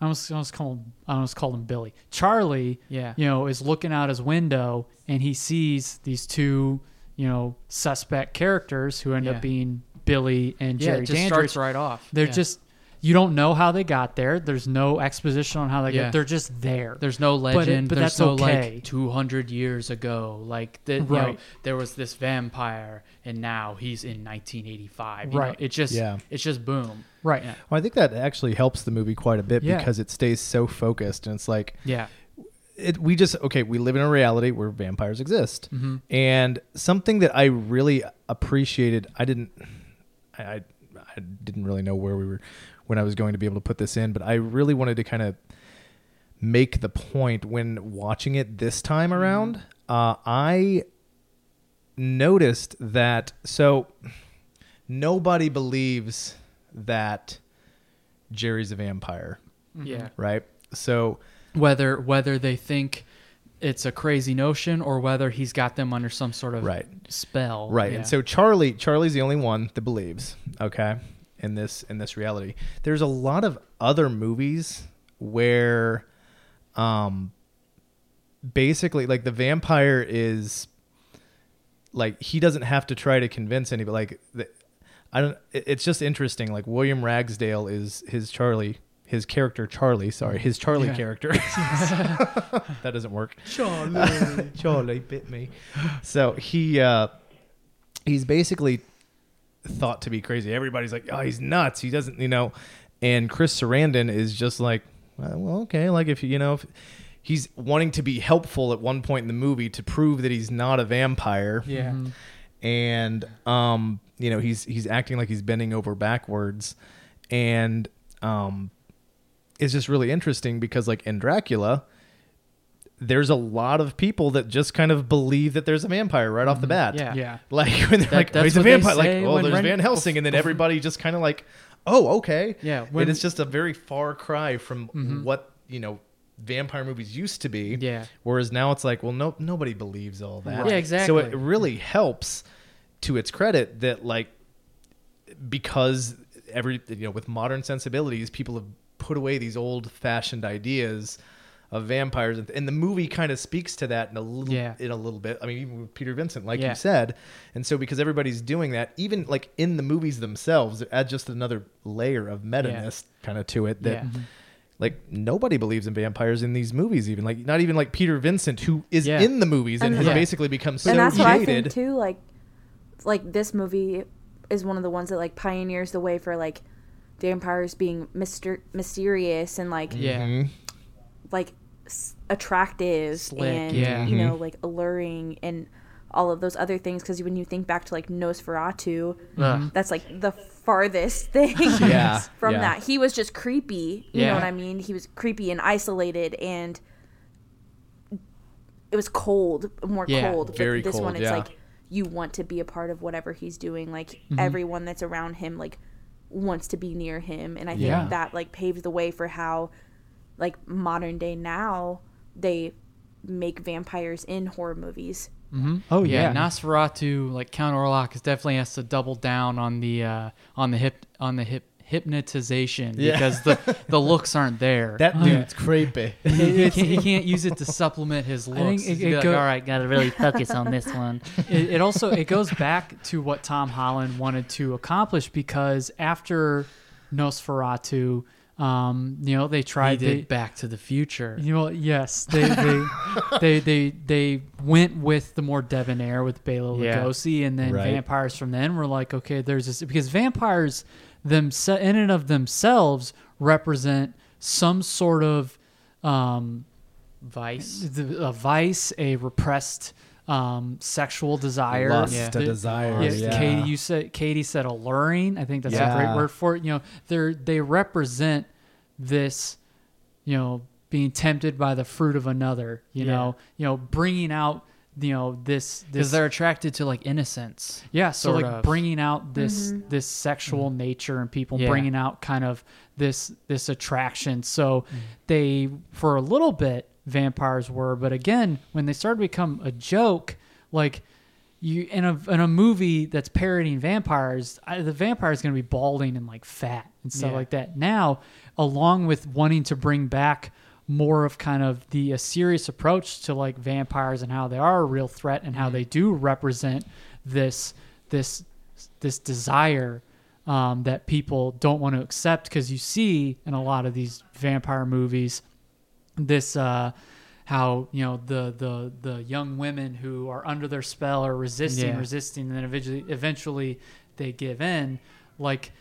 I almost, I almost call him I almost called him Billy. Charlie, Yeah. you know, is looking out his window and he sees these two, you know, suspect characters who end Yeah. up being Billy and yeah, Jerry it just Dandridge. starts right off. They're Yeah. just you don't know how they got there. There's no exposition on how they Yeah. got. They're just there. There's no But it- legend. but There's that's no okay. like 200 years ago. Like that, you Right. know, there was this vampire, and now he's in 1985. you know? Right. It just, Yeah. it's just boom. right. Well, I think that actually helps the movie quite a bit Yeah. because it stays so focused and it's like Yeah. it, we just okay we live in a reality where vampires exist and something that i really appreciated i didn't I, I i didn't really know where we were when i was going to be able to put this in but i really wanted to kind of make the point when watching it this time around uh, i noticed that so nobody believes that jerry's a vampire Mm-hmm. Yeah. right so Mm-hmm. whether whether they think it's a crazy notion or whether he's got them under some sort of Right. spell. Right. Yeah. And so Charlie Charlie's the only one that believes, okay, in this in this reality. There's a lot of other movies where um basically like the vampire is like he doesn't have to try to convince anybody like the, I don't it- it's just interesting like William Ragsdale is his Charlie his character Charlie, sorry, his Charlie character. that doesn't work. Charlie, Charlie bit me. So he uh he's basically thought to be crazy. Everybody's like, oh, he's nuts. He doesn't, you know. And Chris Sarandon is just like, well, well, okay, like if you know, if he's wanting to be helpful at one point in the movie to prove that he's not a vampire. Yeah. Mm-hmm. And um, you know, he's he's acting like he's bending over backwards, and um, it's just really interesting because like in Dracula, there's a lot of people that just kind of believe that there's a vampire right off the bat. Yeah. Yeah. Like when they're That- like, oh, that's he's a what they vampire. Like, say oh, when there's Ren- Van Helsing, and then everybody just kind of like, oh, okay. Yeah, and when- Mm-hmm. it's just a very far cry from what you know vampire movies used to be. Yeah. Whereas now it's like, well, no, nobody believes all that. Yeah, So exactly. it really helps to its credit that like because every you know with modern sensibilities people have put away these old fashioned ideas of vampires and, and the movie kind of speaks to that in a little Yeah. in a little bit i mean even with peter vincent like Yeah. you said and so because everybody's doing that even like in the movies themselves it adds just another layer of meta-ness kind of to it that Yeah. Mm-hmm. like nobody believes in vampires in these movies even like not even like peter vincent who is Yeah. in the movies and, And- has Yeah. basically become so and that's what I think jaded too. Like, like this movie is one of the ones that like pioneers the way for like vampires being myster- mysterious and like Yeah. Mhm. like s- attractive Slick, and yeah. you know like alluring and all of those other things. Because when you think back to like Nosferatu, that's like the farthest thing Yeah, from yeah. that. He was just creepy. You Yeah. know what I mean? He was creepy and isolated and it was cold, more Yeah, cold. But very this cold, one, it's yeah. like you want to be a part of whatever he's doing. Like everyone that's around him, like wants to be near him, and I think Yeah. that like paves the way for how, like modern day now, they make vampires in horror movies. Oh Yeah, yeah. Nosferatu, like Count Orlok, is definitely has to double down on the uh, on the hip on the hip hypnotization because the the looks aren't there. Uh-huh. That dude's creepy. he, he can't, he can't use it to supplement his looks. think it- He's it gonna be like, go- All right, gotta really focus on this one. it, it also it goes back to what Tom Holland wanted to accomplish because after Nosferatu, um, you know, they I tried did they, Back to the Future. you know, yes, they they, they they they went with the more debonair with Bela Yeah. Lugosi, and then Right. vampires from then were like, okay, there's this because vampires themselves in and of themselves represent some sort of um, Vice. the- a vice, a repressed um, sexual desire. Lust, Yeah. a There- desire. Yeah, Yeah, Katie, you said Katie said alluring. I think that's a Yeah. great word for it. You know, they they represent this, you know, being tempted by the fruit of another. You Yeah. know, you know, bringing out, you know, this Because this they're attracted to like innocence. yeah, so sort like of. Mm-hmm. bringing out this this sexual nature and people Yeah. bringing out kind of this this attraction. So Mm-hmm. they for a little bit vampires were, but again, when they started to become a joke, like you in a in a movie that's parodying vampires, I, the vampire is going to be balding and like fat and stuff Yeah. like that. Now, along with wanting to bring back more of kind of the a serious approach to like vampires and how they are a real threat and how they do represent this this this desire um, that people don't want to accept because you see in a lot of these vampire movies this uh how you know the the the young women who are under their spell are resisting Yeah. resisting and then eventually eventually they give in like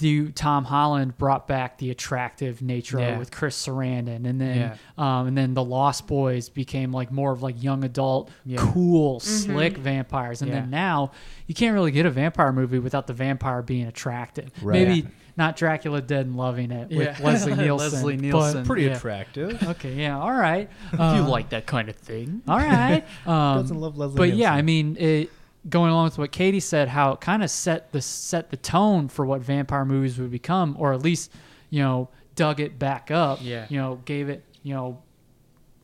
the Tom Holland brought back the attractive nature Yeah. with Chris Sarandon and then Yeah. um, and then the Lost Boys became like more of like young adult Yeah. cool slick vampires and Yeah. then now you can't really get a vampire movie without the vampire being attractive Right. maybe not Dracula Dead and Loving It with Yeah. Leslie Nielsen Leslie but- Nielsen. Pretty Yeah. attractive. Okay, yeah, all right. you Um, like that kind of thing? all right. Um, Doesn't love Leslie but yeah, Nielsen. I mean, it, going along with what Katie said, how it kind of set the set the tone for what vampire movies would become, or at least you know dug it back up. Yeah. you know, gave it you know,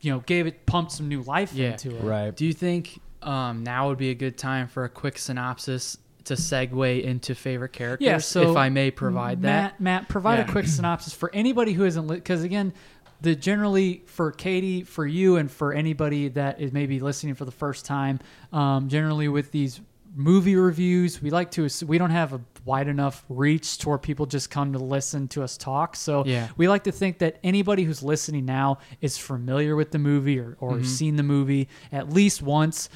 you know, gave it pumped some new life Yeah. into it. Right. Do you think um, now would be a good time for a quick synopsis to segue into favorite characters? Yeah, so if I may provide that. Matt, Matt, provide a Yeah. quick synopsis for anybody who isn't because again, the generally for Katie, for you, and for anybody that is maybe listening for the first time, um, generally with these movie reviews, we like to ass- we don't have a wide enough reach to where people just come to listen to us talk. So Yeah. we like to think that anybody who's listening now is familiar with the movie or, or Mm-hmm. seen the movie at least once,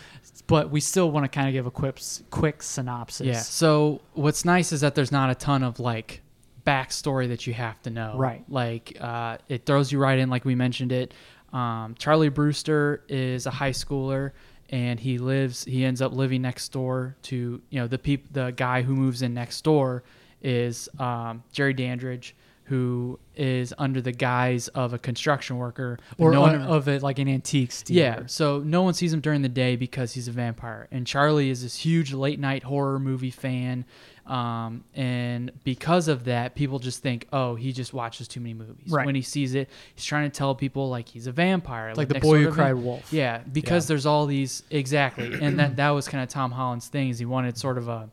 but we still want to kind of give a quick quick synopsis. Yeah. So what's nice is that there's not a ton of like backstory that you have to know. Right. Like uh, it throws you right in, like we mentioned it. Um, Charlie Brewster is a high schooler, and he lives. He ends up living next door to you know the peop- the guy who moves in next door is um, Jerry Dandridge, who is under the guise of a construction worker but Or no one- on- of it like an antiques dealer. yeah, so no one sees him during the day because he's a vampire. And Charlie is this huge late night horror movie fan. Um, and because of that, people just think, oh, he just watches too many movies. Right. When he sees it, he's trying to tell people like he's a vampire. Like the next boy door who to him. cried wolf. Yeah, because there's all these exactly. And that that was kind of Tom Holland's thing is he wanted sort of a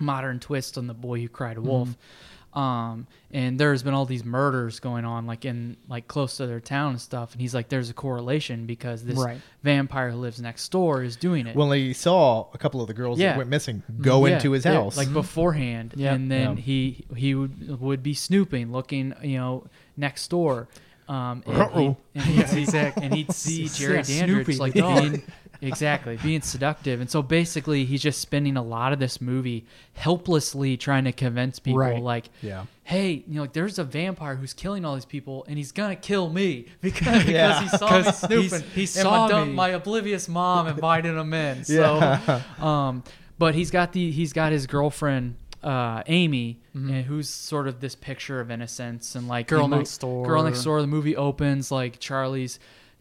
modern twist on the boy who cried wolf. Um, and there's been all these murders going on, like in like close to their town and stuff. And he's like, there's a correlation because this Right. vampire who lives next door is doing it. Well, he saw a couple of the girls Yeah. that went missing Mm-hmm. go Yeah, into his yeah, house. Mm-hmm. like beforehand, Yeah. and then Yeah. he he would, would be snooping, looking, you know, next door. Um, and Uh-oh. He, and, he'd, exactly, and he'd see Jerry Yeah, Dandridge snooping like the dog. being exactly being seductive, and so basically he's just spending a lot of this movie helplessly trying to convince people Right. like, Yeah. hey, you know, like, there's a vampire who's killing all these people, and he's gonna kill me because, Yeah. because he saw me 'Cause snooping, he's- he and saw my, dumb- me. my oblivious mom invited him in, so. Um, but he's got the he's got his girlfriend uh, Amy, and who's sort of this picture of innocence and like Mm-hmm. Girl the next door. Girl next door. The movie opens like Charlie's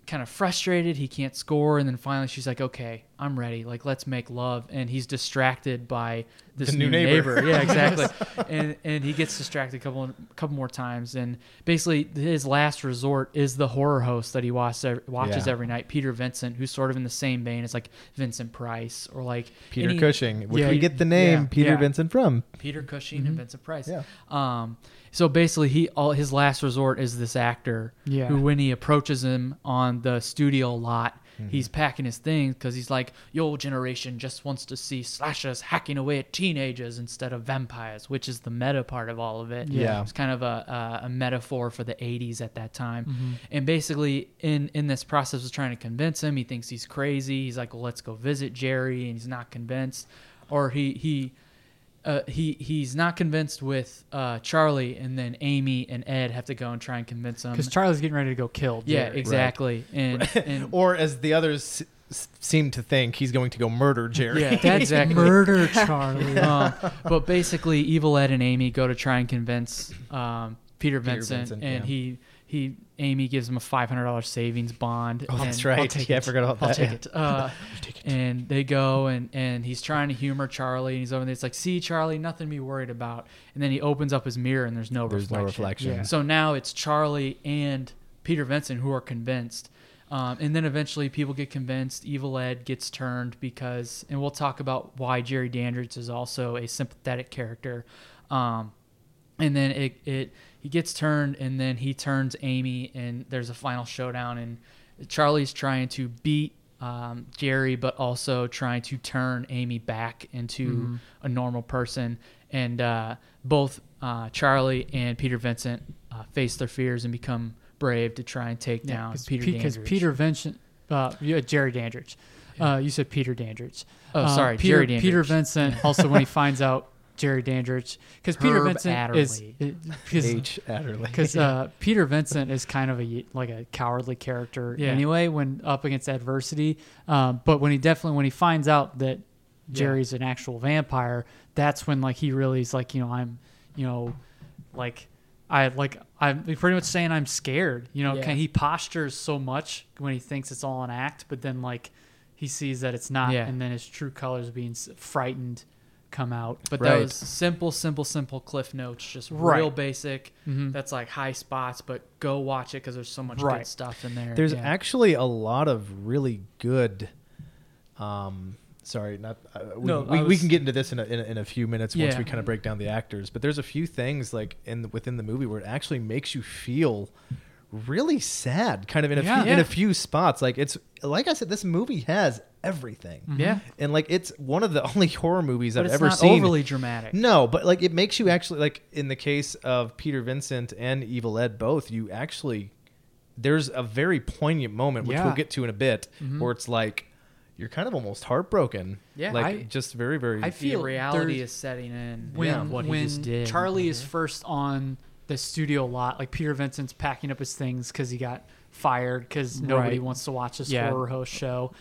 kind of frustrated. He can't score, and then finally she's like, "Okay, I'm ready. Like, let's make love." And he's distracted by this The new new, neighbor. neighbor. Yeah, exactly. and and he gets distracted a couple couple more times, and basically his last resort is the horror host that he watches watches Yeah. every night, Peter Vincent, who's sort of in the same vein as like Vincent Price or like Peter any- Cushing, which Yeah, we get the name yeah, Peter yeah. Vincent from. Peter Cushing and Vincent Price. Mm-hmm. Yeah. Um, so basically, he all his last resort is this actor. Yeah. Who, when he approaches him on the studio lot, Mm-hmm. he's packing his things because he's like, "Your generation just wants to see slashers hacking away at teenagers instead of vampires," which is the meta part of all of it. Yeah. It's kind of a, a, a metaphor for the 80s at that time. Mm-hmm. And basically, in, in this process of trying to convince him, he thinks he's crazy. He's like, well, let's go visit Jerry. And he's not convinced. Or he, he, uh, he he's not convinced with uh, Charlie, and then Amy and Ed have to go and try and convince him. Because Charlie's getting ready to go kill. yeah, Jerry. exactly. And, and Or as the others s- seem to think, he's going to go murder Jerry. yeah, exactly. Murder Charlie. um, but basically, Evil Ed and Amy go to try and convince um, Peter, Vincent, Vincent, and yeah. he he Amy gives him a five hundred dollars savings bond. Oh, that's and right. I'll take Yeah, I it. forgot about I'll that. Take Yeah. it. Uh, And they go and and he's trying to humor Charlie, and he's over there. It's like, see, Charlie, nothing to be worried about. And then he opens up his mirror, and there's no There's no reflection. reflection. Yeah. So now it's Charlie and Peter Vincent who are convinced. Um, and then eventually people get convinced. Evil Ed gets turned because, and we'll talk about why Jerry Dandridge is also a sympathetic character. Um, and then it, it he gets turned, and then he turns Amy, and there's a final showdown. And Charlie's trying to beat um, Jerry, but also trying to turn Amy back into Mm-hmm. a normal person. And uh, both uh, Charlie and Peter Vincent uh, face their fears and become brave to try and take down Because Peter. Peter, Dandridge. Vincent, uh, yeah, Jerry Dandridge. Uh, you said Peter Dandridge. Oh, Um, sorry, Peter, Jerry Peter Dandridge. Vincent. Also, when he finds out Jerry Dandridge, because Peter Herb Vincent Adderley. is because H. Adderley. because uh, Peter Vincent is kind of a like a cowardly character Yeah. anyway when up against adversity. Um, but when he definitely when he finds out that Jerry's an actual vampire, that's when like he really is like you know I'm you know like I like I'm pretty much saying I'm scared. You know, Yeah. can, he postures so much when he thinks it's all an act, but then like he sees that it's not, Yeah. and then his true colors being s- frightened come out. But Right. that was simple, simple, simple cliff notes, just Right. real basic. That's like high spots, but go watch it because there's so much Right. good stuff in there. There's Yeah. actually a lot of really good. Um, sorry, not uh, we, No, we, I we was- can get into this in a, in a, in a few minutes once Yeah. we kind of break down the actors. But there's a few things like in the, within the movie where it actually makes you feel really sad, kind of in a Yeah. few, in Yeah. a few spots. Like it's like I said, this movie has everything. Mm-hmm. Yeah. and like it's one of the only horror movies but I've it's ever not seen overly dramatic. no, but like it makes you actually like in the case of Peter Vincent and Evil Ed both, you actually there's a very poignant moment which Yeah. we'll get to in a bit where it's like you're kind of almost heartbroken. Mm-hmm. Yeah, like I- just very very I feel reality there's- is setting in. when yeah, what when he just did. Charlie is first on the studio lot, like Peter Vincent's packing up his things because he got fired because nobody Right. wants to watch this Yeah. horror host show,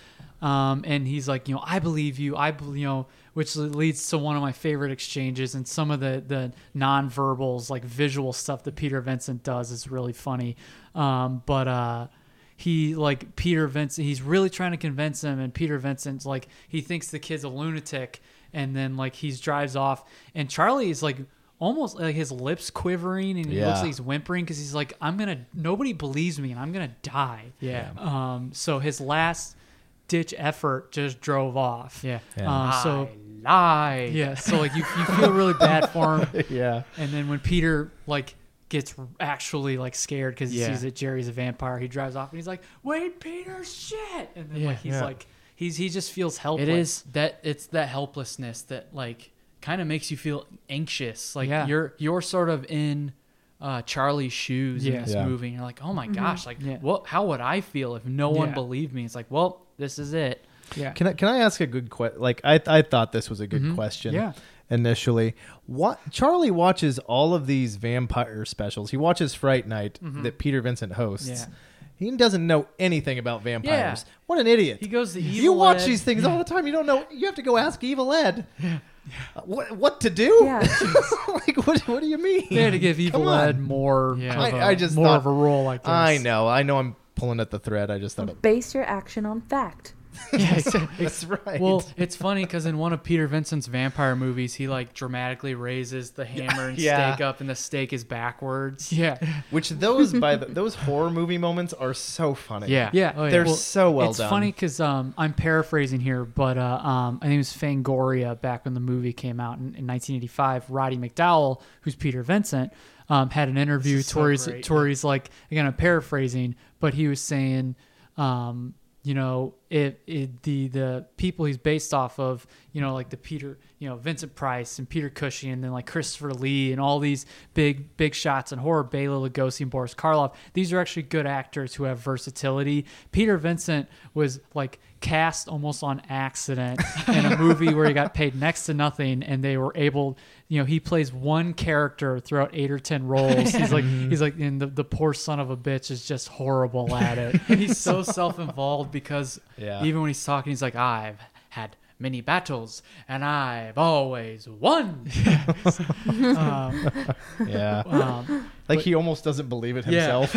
um, and he's like, you know, I believe you, I bel- you know, which leads to one of my favorite exchanges and some of the the nonverbals like visual stuff that Peter Vincent does is really funny, um, but. uh he like Peter Vincent. He's really trying to convince him, and Peter Vincent's like he thinks the kid's a lunatic, and then like he's drives off, and Charlie is like almost like his lips quivering, and he Yeah. looks like he's whimpering because he's like, I'm gonna nobody believes me, and I'm gonna die. Yeah. Um. So his last ditch effort just drove off. Yeah. Um, so I lie. yeah. So like you, you feel really bad for him. yeah. And then when Peter like gets actually like scared because he Yeah. sees that Jerry's a vampire, he drives off and he's like, "Wait, Peter, shit!" And then Yeah. like he's Yeah. like, he's he just feels helpless. It is that it's that helplessness that like kind of makes you feel anxious. Like Yeah. you're you're sort of in uh, Charlie's shoes Yeah. in this Yeah. movie. And you're like, oh my gosh, like Yeah. what? How would I feel if no one Yeah. believed me? It's like, well, this is it. Yeah. Can I can I ask a good question? Like I I thought this was a good Mm-hmm. question. Yeah. Initially, what Charlie watches all of these vampire specials. He watches Fright Night that Peter Vincent hosts. Mm-hmm. Yeah. He doesn't know anything about vampires. What an idiot! He goes to You Evil watch Ed. these things all the time. You don't know. You have to go ask Evil Ed. uh, What what to do? Yeah. like what what do you mean? They had to give Evil Come on. Ed more. Yeah. Of a, I- I just more thought- of a role like this. I know. I know. I'm pulling at the thread. I just thought, it, Base your action on fact. Yeah, exactly. that's right. Well, it's funny because in one of Peter Vincent's vampire movies, he like dramatically raises the hammer and Yeah. stake up, and the stake is backwards. Yeah. which those by the, those horror movie moments are so funny. Yeah. Yeah. Oh, yeah. They're so well it's done. funny because um, I'm paraphrasing here, but uh, um, I think it was Fangoria back when the movie came out in, in 1985. Roddy McDowell, who's Peter Vincent, um, had an interview. This is so Tori's great. Tori's like again, I'm paraphrasing, but he was saying, um, you know, it, it the the people he's based off of, you know, like the Peter, you know, Vincent Price and Peter Cushing, and then like Christopher Lee and all these big big shots in horror, Bela Lugosi and Boris Karloff. These are actually good actors who have versatility. Peter Vincent was like cast almost on accident in a movie where he got paid next to nothing and they were able you know he plays one character throughout eight or ten roles he's like he's like and the, the poor son of a bitch is just horrible at it He's so self-involved because Yeah. even when he's talking, he's like, "I've had many battles, and I've always won." Yeah. Um, like he almost doesn't believe it himself.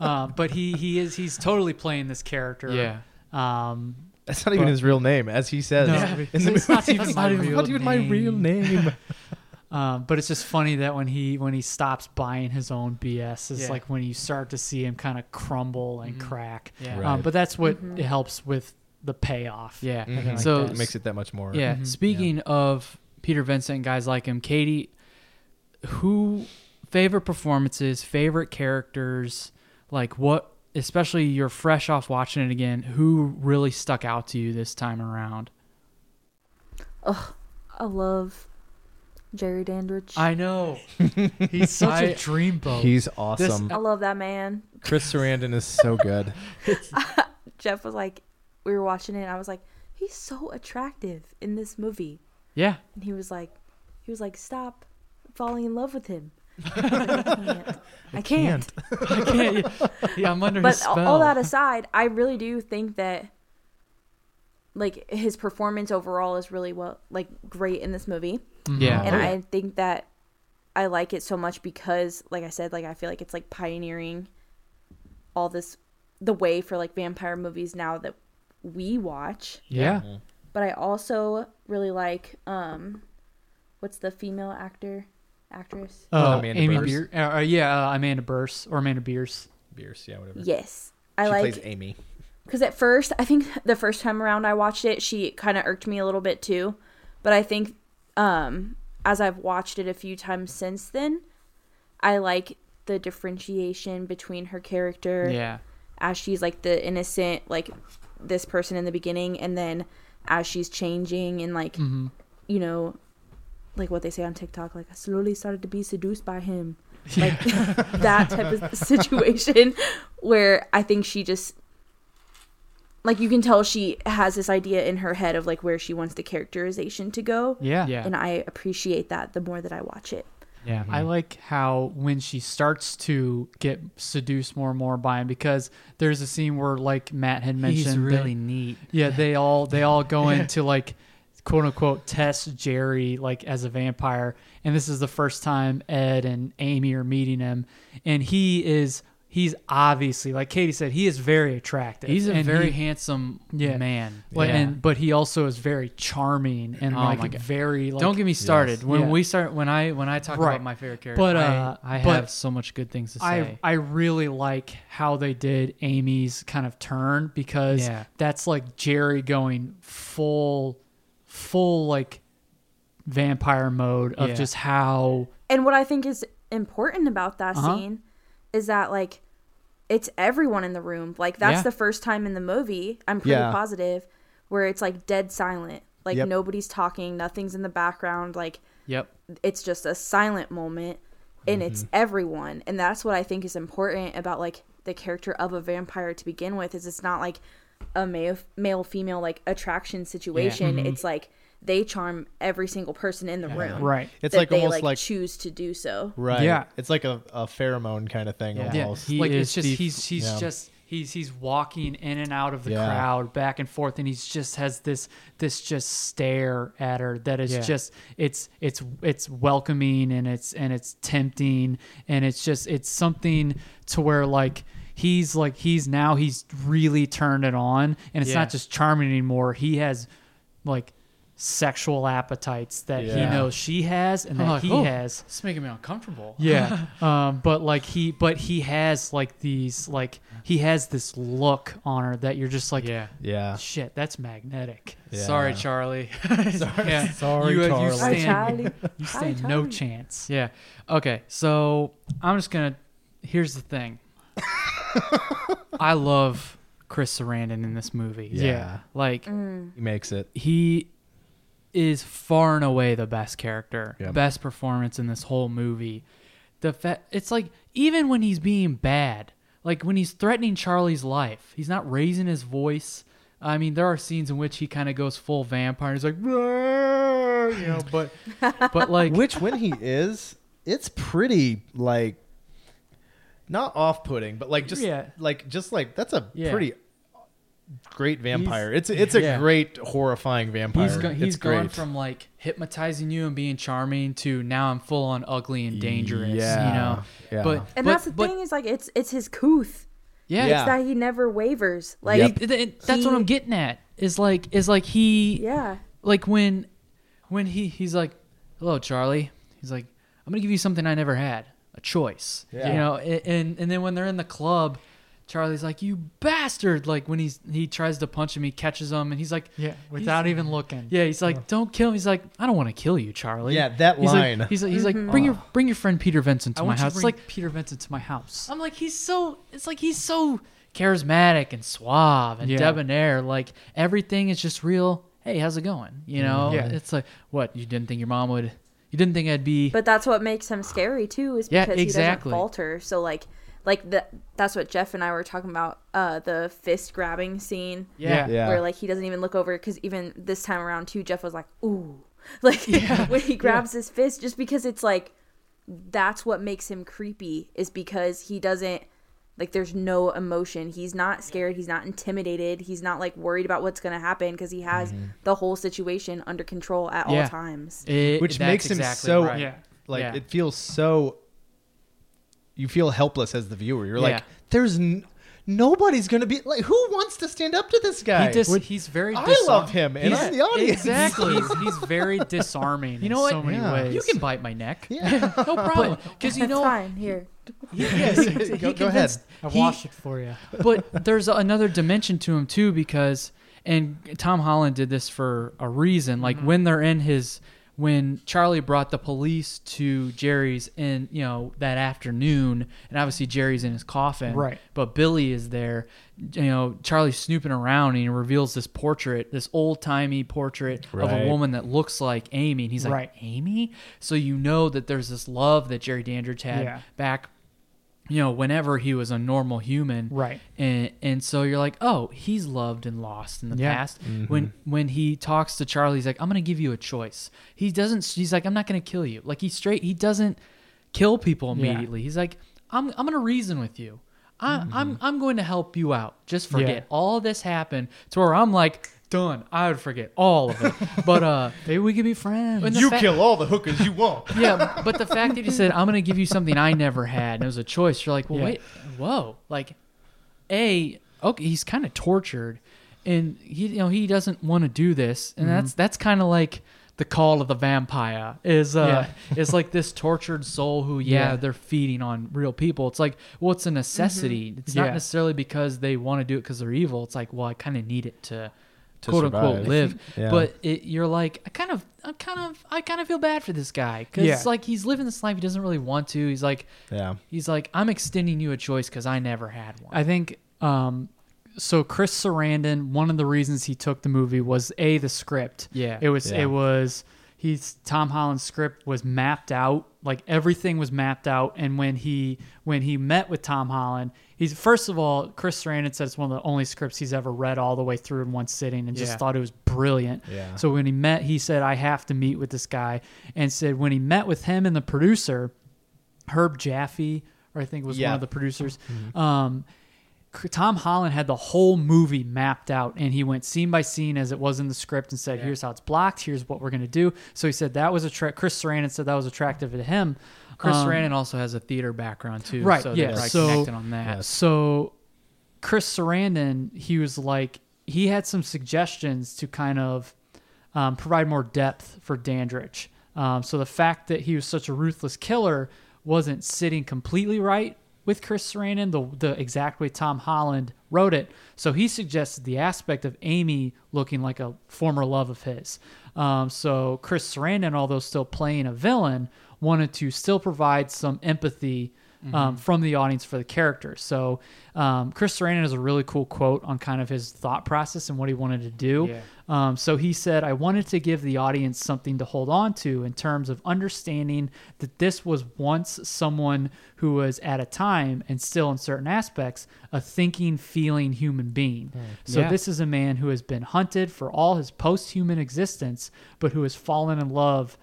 uh, but he he is he's totally playing this character Yeah. um That's not even his real name, as he says. No. in the It's movie. not even That's my real not even my real name. Um, but it's just funny that when he when he stops buying his own BS is Yeah. Mm-hmm. like when you start to see him kind of crumble and crack. Yeah. Right. Um, but that's what it helps with the payoff. Yeah. Mhm. like Mm-hmm. so It makes it that much more. Yeah. Speaking of Peter Vincent and guys like him, Katie, who favorite performances, favorite characters, like what, especially you're fresh off watching it again, who really stuck out to you this time around? I love Jerry Dandridge. I, I know. He's such a I- dreamboat. He's awesome. love that man. Chris Sarandon is so good. Jeff was like, we were watching it, and I was like, he's so attractive in this movie. Yeah. And he was like, he was like, stop falling in love with him. I can't. I can't. yeah, yeah. Yeah, I'm under his But all- spell. all that aside, I really do think that like his performance overall is really well like great in this movie. Mm-hmm. yeah. and I think that I like it so much because, like I said, like I feel like it's like pioneering all this the way for like vampire movies now that we watch. yeah. But I also really like um, what's the female actor actress? uh, Amanda Amy Bierce. Beer, uh, uh, yeah, uh, Amanda Burse or Amanda Bierce. Beers, yeah, whatever. Yes, I she like plays Amy. because at first i think the first time around i watched it she kind of irked me a little bit too but i think um as i've watched it a few times since then i like the differentiation between her character Yeah. as she's like the innocent like this person in the beginning and then as she's changing and like you know like what they say on tiktok like i slowly started to be seduced by him like that type of situation where i think she just like you can tell she has this idea in her head of like where she wants the characterization to go Yeah. Yeah. and i appreciate that the more that i watch it Yeah. I like how when she starts to get seduced more and more by him because there's a scene where like Matt had mentioned He's they- really neat. Yeah, they all they all go into like quote unquote test Jerry like as a vampire, and this is the first time Ed and Amy are meeting him, and he is he's obviously like Katie said he is very attractive. He's a and very he- handsome Yeah. man. like, Yeah. and but he also is very charming and Oh my like God. very like Don't get me started. When Yeah. we start, when I when I talk Right. about my favorite character, But, but, uh, I, I but have so much good things to say. I I really like how they did Amy's kind of turn because Yeah. that's like Jerry going full full like vampire mode of Yeah. just how And what I think is important about that Uh-huh. scene is that like it's everyone in the room. Like that's Yeah. the first time in the movie, I'm pretty Yeah. positive, where it's like dead silent. Like Yep. nobody's talking, nothing's in the background, like yep. it's just a silent moment and it's Mm-hmm. everyone. And that's what I think is important about like the character of a vampire to begin with is it's not like a male male female like attraction situation. It's like they charm every single person in the room right. It's that like they almost like, like, choose to do so. right. Yeah. It's like a, a pheromone kind of thing Yeah. almost. He like is it's just the- he's he's yeah. just he's he's walking in and out of the Yeah. crowd back and forth and he's just has this this just stare at her that is Yeah. just it's it's it's welcoming and it's and it's tempting and it's just it's something to where like he's like he's now he's really turned it on, and it's Yeah. not just charming anymore. He has like sexual appetites that he Yeah. knows she has and that I'm like, he "Oh, has. It's making me uncomfortable. Yeah. um, but like he but he has like these like he has this look on her that you're just like Yeah. Yeah. shit, that's magnetic. Sorry, Yeah. Charlie. Sorry, sorry, you, uh, you Charlie. Hi, stand- Charlie. You Hi, stand no Charlie. chance. Yeah. Okay. So I'm just gonna. Here's the thing. I love Chris Sarandon in this movie. Yeah. Like He makes it. he is far and away the best character, Yeah. best performance in this whole movie. The fa- it's like even when he's being bad, like when he's threatening Charlie's life, he's not raising his voice. I mean, there are scenes in which he kind of goes full vampire. He's like, "Roar," you know, but but like Which, when he is, it's pretty like not off-putting, but like just Yeah. like just like that's a Yeah. pretty great vampire. it's it's a yeah. great horrifying vampire. He's, go- It's he's gone great. from like hypnotizing you and being charming to now I'm full on ugly and dangerous. Yeah, You know. yeah. But And but- that's the but- thing is like it's it's his couth. Yeah. Yeah. It's that he never wavers. Like Yep. Th- th- that's what He- I'm getting at. Is like is like he yeah. like when when he he's like hello charlie he's like i'm gonna give you something i never had a choice Yeah. you know a- and and then when they're in the club charlie's like you bastard like when he's he tries to punch him he catches him and he's like Yeah, without even looking. yeah he's like don't kill him he's like i don't want to kill you charlie Yeah, that he's line. like, he's like he's like bring your bring your friend peter vincent I to my want house to it's bring like Peter Vincent to my house. I'm like, he's so. It's like he's so charismatic and suave and Yeah. debonair. Like everything is just real. Hey, how's it going? You know, Yeah. it's like what you didn't think your mom would. You didn't think I'd be. But that's what makes him scary too, is Yeah, because exactly. he doesn't falter. So like like that that's what Jeff and I were talking about, uh the fist grabbing scene. yeah. Yeah. Where like he doesn't even look over because even this time around too, Jeff was like, ooh. Like when he grabs his fist, just because it's like that's what makes him creepy is because he doesn't like there's no emotion. He's not scared, he's not intimidated, he's not like worried about what's gonna happen because he has the whole situation under control at Mm-hmm. Yeah. all times. It- Which that's makes him exactly so- right. yeah. like Yeah. it feels so you feel helpless as the viewer you're Yeah. like there's n- nobody's gonna be like who wants to stand up to this guy He dis- Would- he's very I disar- love him, and he's- I'm the audience. Exactly. he's, he's very disarming You know in what? so many Yeah. ways. You can bite my neck. Yeah. no problem. Because you That's know, fine, here. yes, he, Go- go ahead. convinced- I he- wash it for you. but there's another dimension to him too because and Tom Holland did this for a reason. Like Mm-hmm. when they're in his when Charlie brought the police to Jerry's in, you know, that afternoon and obviously Jerry's in his coffin. Right. But Billy is there. You know, Charlie's snooping around and he reveals this portrait, this old timey portrait of a Right. woman that looks like Amy. And he's like, Right. Amy? So you know that there's this love that Jerry Dandridge had Yeah. back you know, whenever he was a normal human. Right. And and so you're like, oh, he's loved and lost in the Yeah. past. When when he talks to Charlie, he's like, I'm gonna give you a choice. He doesn't. He's like, I'm not gonna kill you. Like he's straight. He doesn't kill people Yeah. immediately. He's like, I'm I'm gonna reason with you. I, I'm I'm going to help you out. Just forget Mm-hmm. Yeah. all this happened to where I'm like done. I would forget all of it. but uh, Maybe we could be friends. and the you fa- kill all the hookers you want yeah, but the fact that you said I'm gonna give you something I never had and it was a choice, you're like, well, Yeah. wait, whoa, like, a okay, he's kind of tortured, and he you know he doesn't want to do this, and that's that's kind of like the call of the vampire is uh is like this tortured soul who yeah, Yeah. they're feeding on real people. It's like well, it's a necessity. It's Yeah. not necessarily because they want to do it because they're evil. It's like well, I kind of need it to. To "Quote unquote survive. live," Yeah. but it, you're like, I kind of, I kind of, I kind of feel bad for this guy because Yeah. like he's living this life he doesn't really want to. He's like, yeah he's like, I'm extending you a choice because I never had one. I think um so Chris Sarandon, one of the reasons he took the movie was a the script. Yeah. It was Yeah. it was he's Tom Holland's script was mapped out, like everything was mapped out and when he when he met with Tom Holland, he's first of all, Chris Sarandon said it's one of the only scripts he's ever read all the way through in one sitting and just Yeah. thought it was brilliant. Yeah. So when he met, he said I have to meet with this guy and said when he met with him and the producer Herb Jaffe, or I think was one Yeah. of the producers. Um, Tom Holland had the whole movie mapped out and he went scene by scene as it was in the script and said, here's how it's blocked, here's what we're going to do. So he said that was a tra- Chris Sarandon said that was attractive to him. Chris Um, Sarandon also has a theater background too, Right, So yeah, they're like so- connected on that. So Chris Sarandon, he was like, he had some suggestions to kind of um, provide more depth for Dandridge. Um, so the fact that he was such a ruthless killer wasn't sitting completely right with Chris Sarandon, the, the exact way Tom Holland wrote it. So he suggested the aspect of Amy looking like a former love of his. Um, so Chris Sarandon, although still playing a villain, wanted to still provide some empathy um, from the audience for the character. So um, Chris Sarandon has a really cool quote on kind of his thought process and what he wanted to do. Um, so he said, I wanted to give the audience something to hold on to in terms of understanding that this was once someone who was at a time and still in certain aspects a thinking, feeling human being. So Yeah. this is a man who has been hunted for all his post human existence, but who has fallen in love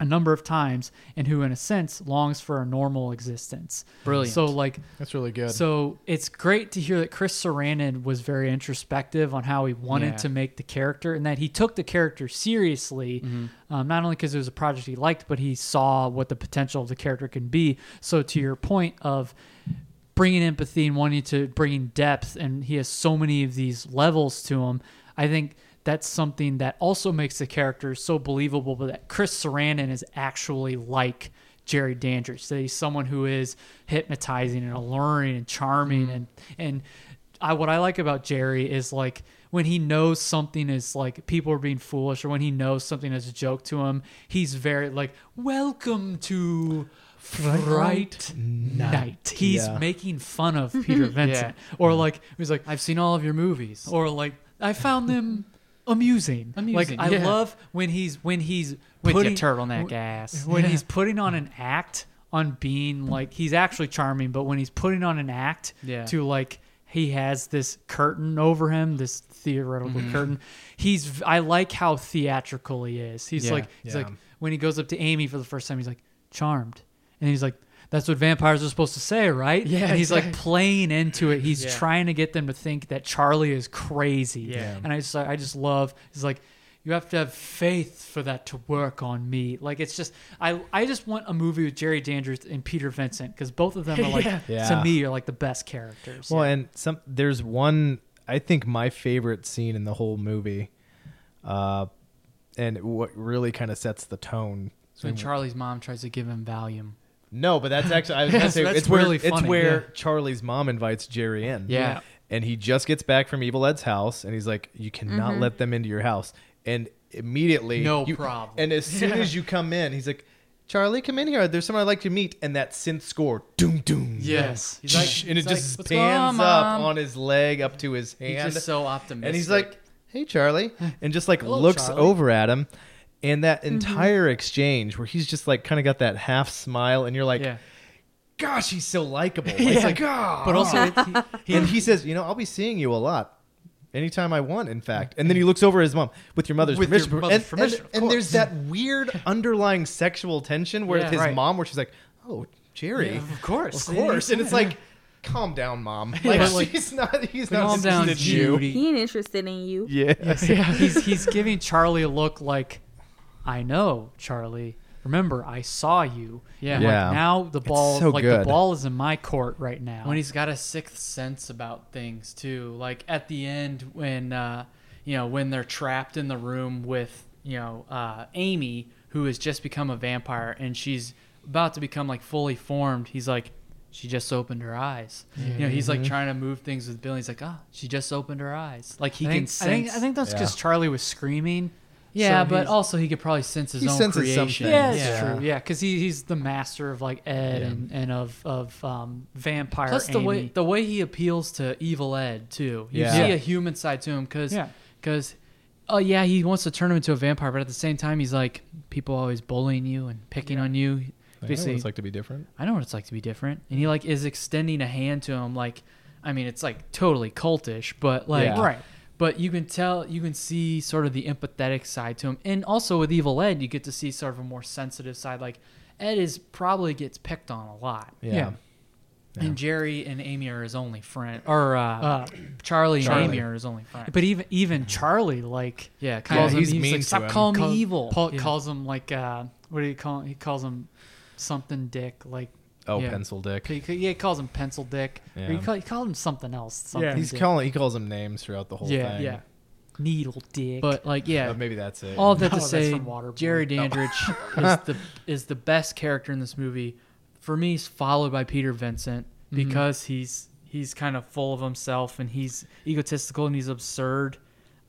a number of times and who in a sense longs for a normal existence. Brilliant. So like That's really good. so it's great to hear that Chris Sarandon was very introspective on how he wanted Yeah. to make the character and that he took the character seriously, um, not only because it was a project he liked, but he saw what the potential of the character can be. So to your point of bringing empathy and wanting to bring in depth, and he has so many of these levels to him, I think that's something that also makes the character so believable but that Chris Sarandon is actually like Jerry Dandridge. That he's someone who is hypnotizing and alluring and charming Mm-hmm. and and I what I like about Jerry is like when he knows something is like people are being foolish or when he knows something is a joke to him, he's very like welcome to Fright Night. He's Yeah. making fun of Peter Vincent. Or like he's like I've seen all of your movies. or like I found them amusing. Amusing, Like I yeah. love when he's when he's With your putting- turtleneck ass. When Yeah. he's putting on an act on being like he's actually charming, but when he's putting on an act Yeah. to like he has this curtain over him, this theoretical Mm-hmm. curtain. He's I like how theatrical he is. He's Yeah, like he's yeah. like when he goes up to Amy for the first time, he's like charmed, and he's like. That's what vampires are supposed to say, right? Yeah, And he's like exactly. playing into it. He's Yeah. trying to get them to think that Charlie is crazy. Yeah. And I just I just love it's like you have to have faith for that to work on me. Like it's just I I just want a movie with Jerry Dandridge and Peter Vincent because both of them are like Yeah. to me are like the best characters. Well, and some there's one I think my favorite scene in the whole movie, uh, and what really kind of sets the tone. So when Charlie's mom tries to give him Valium. No, but that's actually I was gonna Yes, say that's it's where really it's funny, where yeah. Charlie's mom invites Jerry in. Yeah. and he just gets back from Evil Ed's house, and he's like, "You cannot let them into your house." And immediately, No you- problem. And as soon as you come in, he's like. Charlie, come in here. There's someone I'd like to meet. And that synth score, doom, doom. Yes. He's like- and it he's like, just "What's going on, pans up Mom?" on his leg up to his hand. just so optimistic. And he's like, "Hey, Charlie," and just like Hello, looks Charlie. over at him, and that entire exchange where he's just like kind of got that half smile, and you're like, Yeah. "Gosh, he's so likable." Like, it's like, "Ah." but also it- and he says, "You know, I'll be seeing you a lot." Anytime I want, in fact. And then he looks over at his mom with your mother's Mm-hmm. With your permission. mother's and, and- permission, of and, there's course. that weird underlying sexual tension where Yeah. his Right. mom, where she's like, "Oh, Jerry, of course. of course," and it's like, "Calm down, mom. Like, But, like, he's not, he's not Calm down, interested in you." Judy. He ain't interested in you. Yeah. he's he's giving Charlie a look like I know, Charlie. Remember, I saw you. Yeah. And, like, Yeah. now the ball so like the good. ball is in my court right now. when he's got a sixth sense about things too like at the end when uh you know when they're trapped in the room with you know uh amy who has just become a vampire and she's about to become like fully formed he's like she just opened her eyes you know Mm-hmm. he's like trying to move things with billy he's like ah she just opened her eyes like he I can think, I sense think I think that's because Charlie was screaming. yeah so but he's- also he could probably sense his He own senses creation something. Yeah, that's Yeah. true. Yeah, because he, he's the master of like Ed and, and of of um, vampire. Plus the Amy. way the way he appeals to Evil Ed too. You Yeah. see Yeah. a human side to him because Yeah. oh yeah he wants to turn him into a vampire, but at the same time he's like people always bullying you and picking on you. Basically, it's like to be different. I know what it's like to be different, and he like is extending a hand to him. Like, I mean, it's like totally cultish, but like Yeah. Right. But you can tell, you can see sort of the empathetic side to him, and also with Evil Ed, you get to see sort of a more sensitive side. Like Ed is probably gets picked on a lot. Yeah. Yeah. And Jerry and Amy are his only friend, or uh, Charlie, and Amy are his only friend. But even even Charlie like yeah, calls calls him- him, he's he's, like, mean to stop him." calling calls- me evil. Paul Yeah. calls him like uh, what do you call? He calls him something dick like. Oh, Yeah. pencil dick. He, yeah, he calls him pencil dick. Or he, Yeah. call, he called him something else. Something He's dick. calling. He calls him names throughout the whole Yeah, thing. yeah. Needle dick. but like, yeah, But maybe that's it. all that No, to that's say, from Waterboy. Jerry Dandridge is the is the best character in this movie. For me, he's followed by Peter Vincent Mm-hmm. because he's he's kind of full of himself and he's egotistical and he's absurd.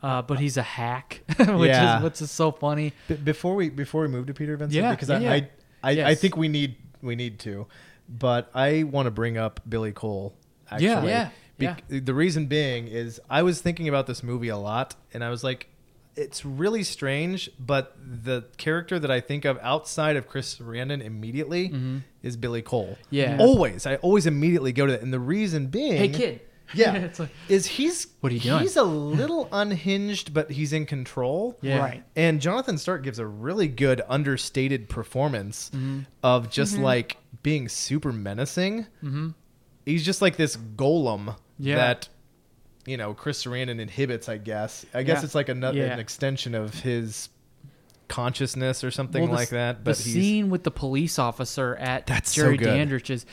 Uh, but he's a hack, which Yeah. is what's just so funny. B- before we before we move to Peter Vincent, Yeah, because yeah, I yeah. I, I, I Yes. think we need we need to, but I want to bring up Billy Cole. Actually. Yeah, yeah, yeah. The reason being is I was thinking about this movie a lot, and I was like, it's really strange, but the character that I think of outside of Chris Sarandon immediately is Billy Cole. Mm-hmm. Yeah. always. I always immediately go to that, and the reason being, Hey kid, yeah, It's like- is he's What are you doing? He's a little unhinged, but he's in control. Yeah. Right. And Jonathan Stark gives a really good understated performance Mm-hmm. of just like being super menacing. He's just like this golem Mm-hmm. Yeah. that you know Chris Sarandon inhibits. I guess. I guess Yeah. it's like another Yeah. an extension of his consciousness or something Well, the like s- that. But the he's, scene with the police officer at That's so Jerry good. Dandridge's,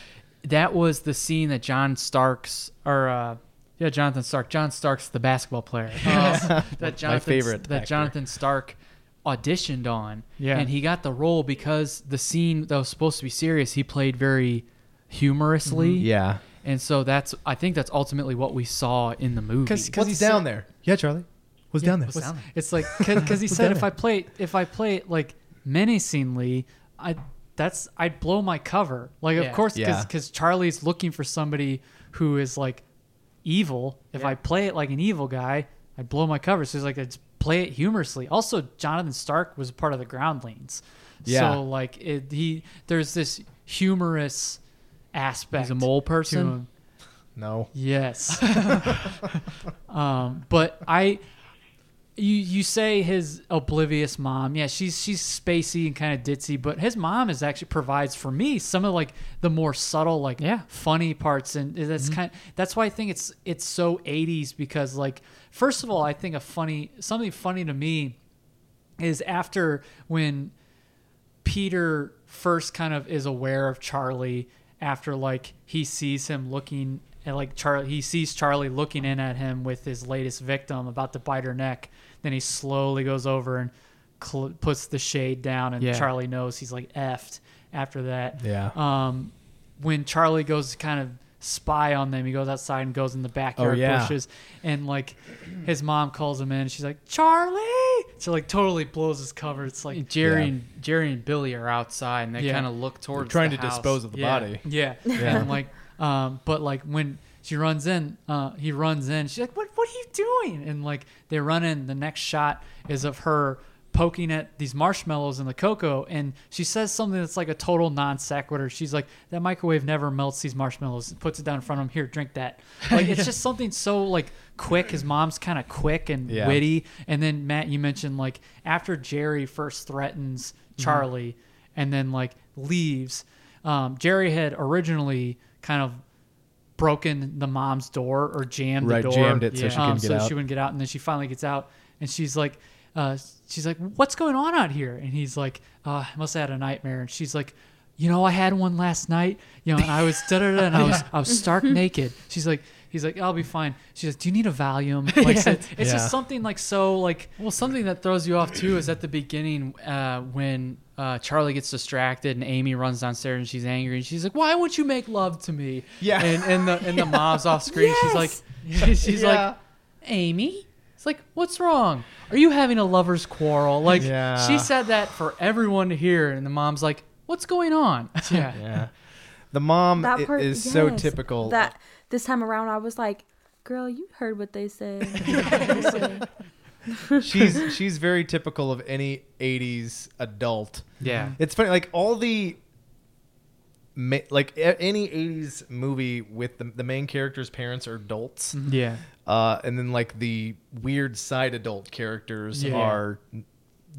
that was the scene that John Starks or uh, yeah, Jonathan Stark. John Stark's the basketball player. Uh, that Jonathan, favorite That actor. Jonathan Stark auditioned on. Yeah. and he got the role because the scene that was supposed to be serious, he played very humorously. Mm-hmm. yeah. and so that's I think that's ultimately what we saw in the movie. What's down there? Yeah, Charlie. What's down there? what's down there? It's like because he said that if I play it- if I play it like menacingly, I that's I'd blow my cover. Like Yeah. of course Yeah. because because Charlie's looking for somebody who is like evil. If I play it like an evil guy, I'd blow my cover. So he's like, it's play it humorously. Also, Jonathan Stark was part of the Groundlings. Yeah. So like it, he there's this humorous aspect. He's a mole to person? him. No. Yes. um, but I, you you say his oblivious mom. Yeah, she's she's spacey and kind of ditzy, but his mom is actually provides for me some of like the more subtle, like Yeah. funny parts, and that's kind. That's why I think it's it's so '80s because like first of all, I think a funny something funny to me is after when Peter first kind of is aware of Charlie after like he sees him looking at like Charlie he sees Charlie looking in at him with his latest victim about to bite her neck then he slowly goes over and cl- puts the shade down and Yeah. Charlie knows he's like effed after that Yeah. um when Charlie goes to kind of spy on them he goes outside and goes in the backyard Oh, yeah. bushes and like his mom calls him in and she's like Charlie so like totally blows his cover it's like Jerry Yeah. and Jerry and Billy are outside and they Yeah. kind of look towards trying the to house. dispose of the Yeah. body. Yeah. And like, um, but like when she runs in, uh, he runs in. She's like, "What? What are you doing?" And like they run in. The next shot is of her poking at these marshmallows in the cocoa, and she says something that's like a total non sequitur. She's like, "That microwave never melts these marshmallows." And puts it down in front of him. Here, drink that. Like it's just something so like quick. His mom's kind of quick and Yeah. witty. And then Matt, you mentioned like after Jerry first threatens Mm-hmm. Charlie and then like leaves, um, Jerry had originally kind of broken the mom's door or jammed Right, the door, jammed it so she um, couldn't get so out. she wouldn't get out. And then she finally gets out, and she's like, uh, she's like, "What's going on out here?" And he's like, uh, "I must have had a nightmare." And she's like. You know, I had one last night. You know, and I was da da da, and I was I was stark naked. She's like, he's like, I'll be fine. She's like, Do you need a Valium? Like, so it's Yeah. just something like so like Well, something that throws you off too is at the beginning uh, when uh, Charlie gets distracted and Amy runs downstairs and she's angry and she's like, "Why won't you make love to me?" Yeah. and and the and the mom's off screen. She's like, she's, Yeah. like, Amy. It's like, what's wrong? Are you having a lovers' quarrel? Like Yeah. she said that for everyone to hear, and the mom's like, "What's going on?" Yeah, Yeah. The mom That i- part is so yes. typical. That this time around, I was like, "Girl, you heard what they said." she's she's very typical of any 80s adult. yeah. It's funny like all the ma- like a- any 80s movie with the, the main character's parents are adults. Yeah. Uh, and then like the weird side adult characters Yeah. are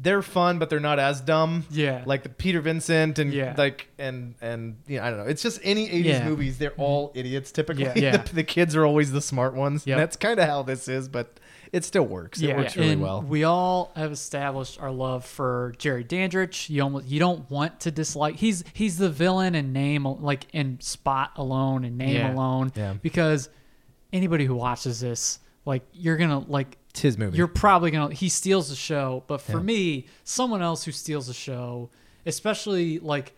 they're fun, but they're not as dumb. Yeah. like the Peter Vincent and Yeah. like and and you know, I don't know. It's just any '80s Yeah. Mm-hmm. movies. They're all idiots typically. Yeah. Yeah. the, the kids are always the smart ones. Yep. And that's kind of how this is, but it still works. It works really and well. We all have established our love for Jerry Dandridge. You almost you don't want to dislike. He's he's the villain in name like in spot alone and name Yeah. alone. Yeah. Because anybody who watches this, like you're gonna like It's his movie. You're probably gonna he steals the show. But for Yeah. me, someone else who steals the show, especially like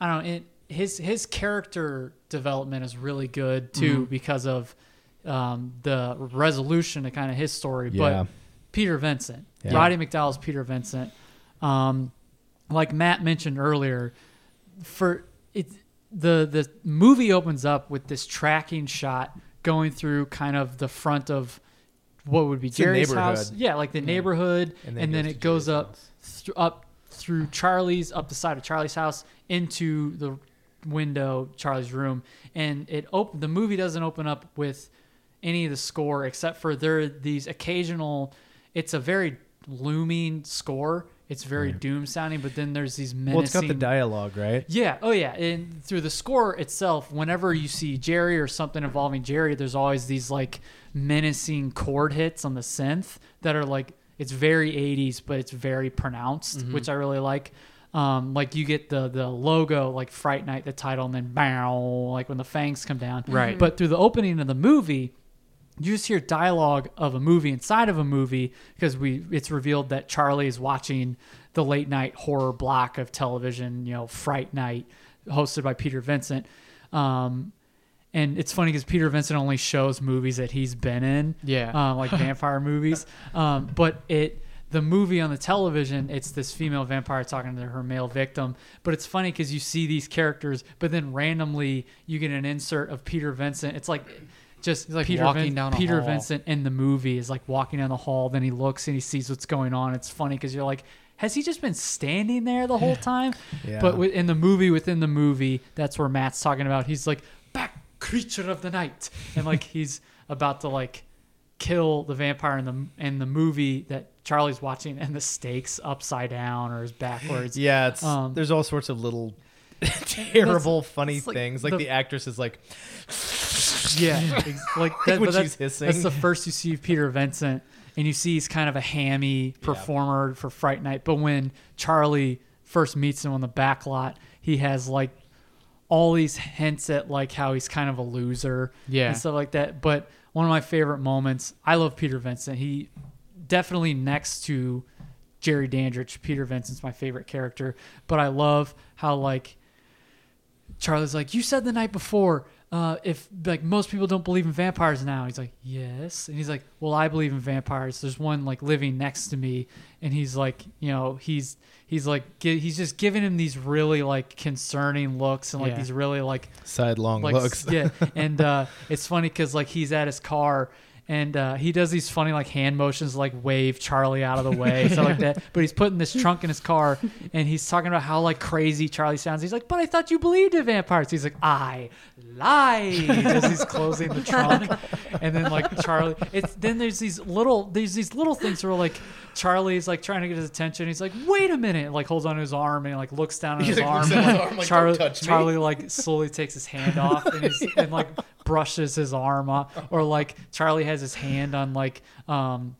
I don't know. It, his his character development is really good too Mm-hmm. because of um, the resolution to kind of his story. Yeah. But Peter Vincent, Yeah. Roddy McDowell's Peter Vincent, um, like Matt mentioned earlier, for it the the movie opens up with this tracking shot going through kind of the front of what would be a Jerry's house. neighborhood. Yeah, like the neighborhood, And and then then, goes to it goes Jerry's up th- up through Charlie's up the side of Charlie's house into the window Charlie's room and it op- the movie doesn't open up with any of the score except for there are these occasional it's a very looming score it's very doom sounding but then there's these menacing well, it's got the dialogue, right? yeah. Oh, yeah. And through the score itself, whenever you see Jerry or something involving Jerry, there's always these like menacing chord hits on the synth that are like it's very 80s, but it's very pronounced, which I really like. Um, like you get the the logo like Fright Night, the title, and then bow like when the fangs come down. Right. But through the opening of the movie, you just hear dialogue of a movie inside of a movie because we it's revealed that Charlie is watching the late night horror block of television, you know, Fright Night, hosted by Peter Vincent. Um, and it's funny because Peter Vincent only shows movies that he's been in, Yeah. uh, like vampire movies. Um, but it the movie on the television, it's this female vampire talking to her male victim. But it's funny because you see these characters, but then randomly you get an insert of Peter Vincent. It's like just like, Peter walking Vin- down a Peter hall. Vincent in the movie is like walking down the hall. Then he looks and he sees what's going on. It's funny because you're like, has he just been standing there the whole time? Yeah. But wi- in the movie within the movie, that's where Matt's talking about. He's like, back creature of the night, and like he's about to like kill the vampire in the in the movie that Charlie's watching, and the stakes upside down or is backwards. Yeah, it's Um, there's all sorts of little terrible, funny it's like things. Like the, the- actress is like, Yeah, ex- like that, when but that's, she's hissing. that's the first you see of Peter Vincent, and you see he's kind of a hammy performer for Fright Night. But when Charlie first meets him on the back lot, he has like all these hints at like how he's kind of a loser, Yeah. and stuff like that. But one of my favorite moments, I love Peter Vincent. He definitely next to Jerry Dandridge, Peter Vincent's my favorite character. But I love how like Charlie's like, you said the night before, uh, if like most people don't believe in vampires now. He's like, yes, and he's like, well, I believe in vampires. There's one like living next to me, and he's like, you know, he's he's like, gi- he's just giving him these really like concerning looks and like Yeah. these really like sidelong like looks. yeah, and uh, it's funny because like he's at his car and uh, he does these funny like hand motions, like wave Charlie out of the way, stuff like that. But he's putting this trunk in his car and he's talking about how like crazy Charlie sounds. He's like, "But I thought you believed in vampires." He's like, "I lied." As he's closing the trunk, and then like Charlie, it's then there's these little there's these little things where like Charlie's like trying to get his attention. He's like, "Wait a minute!" and, Like holds on to his arm and like looks down at his like, arm. looks and, at his like, arm, like, Char- "Don't touch me." Charlie Charlie, like slowly takes his hand off and, he's, and like brushes his arm off, or like Charlie has his hand on like um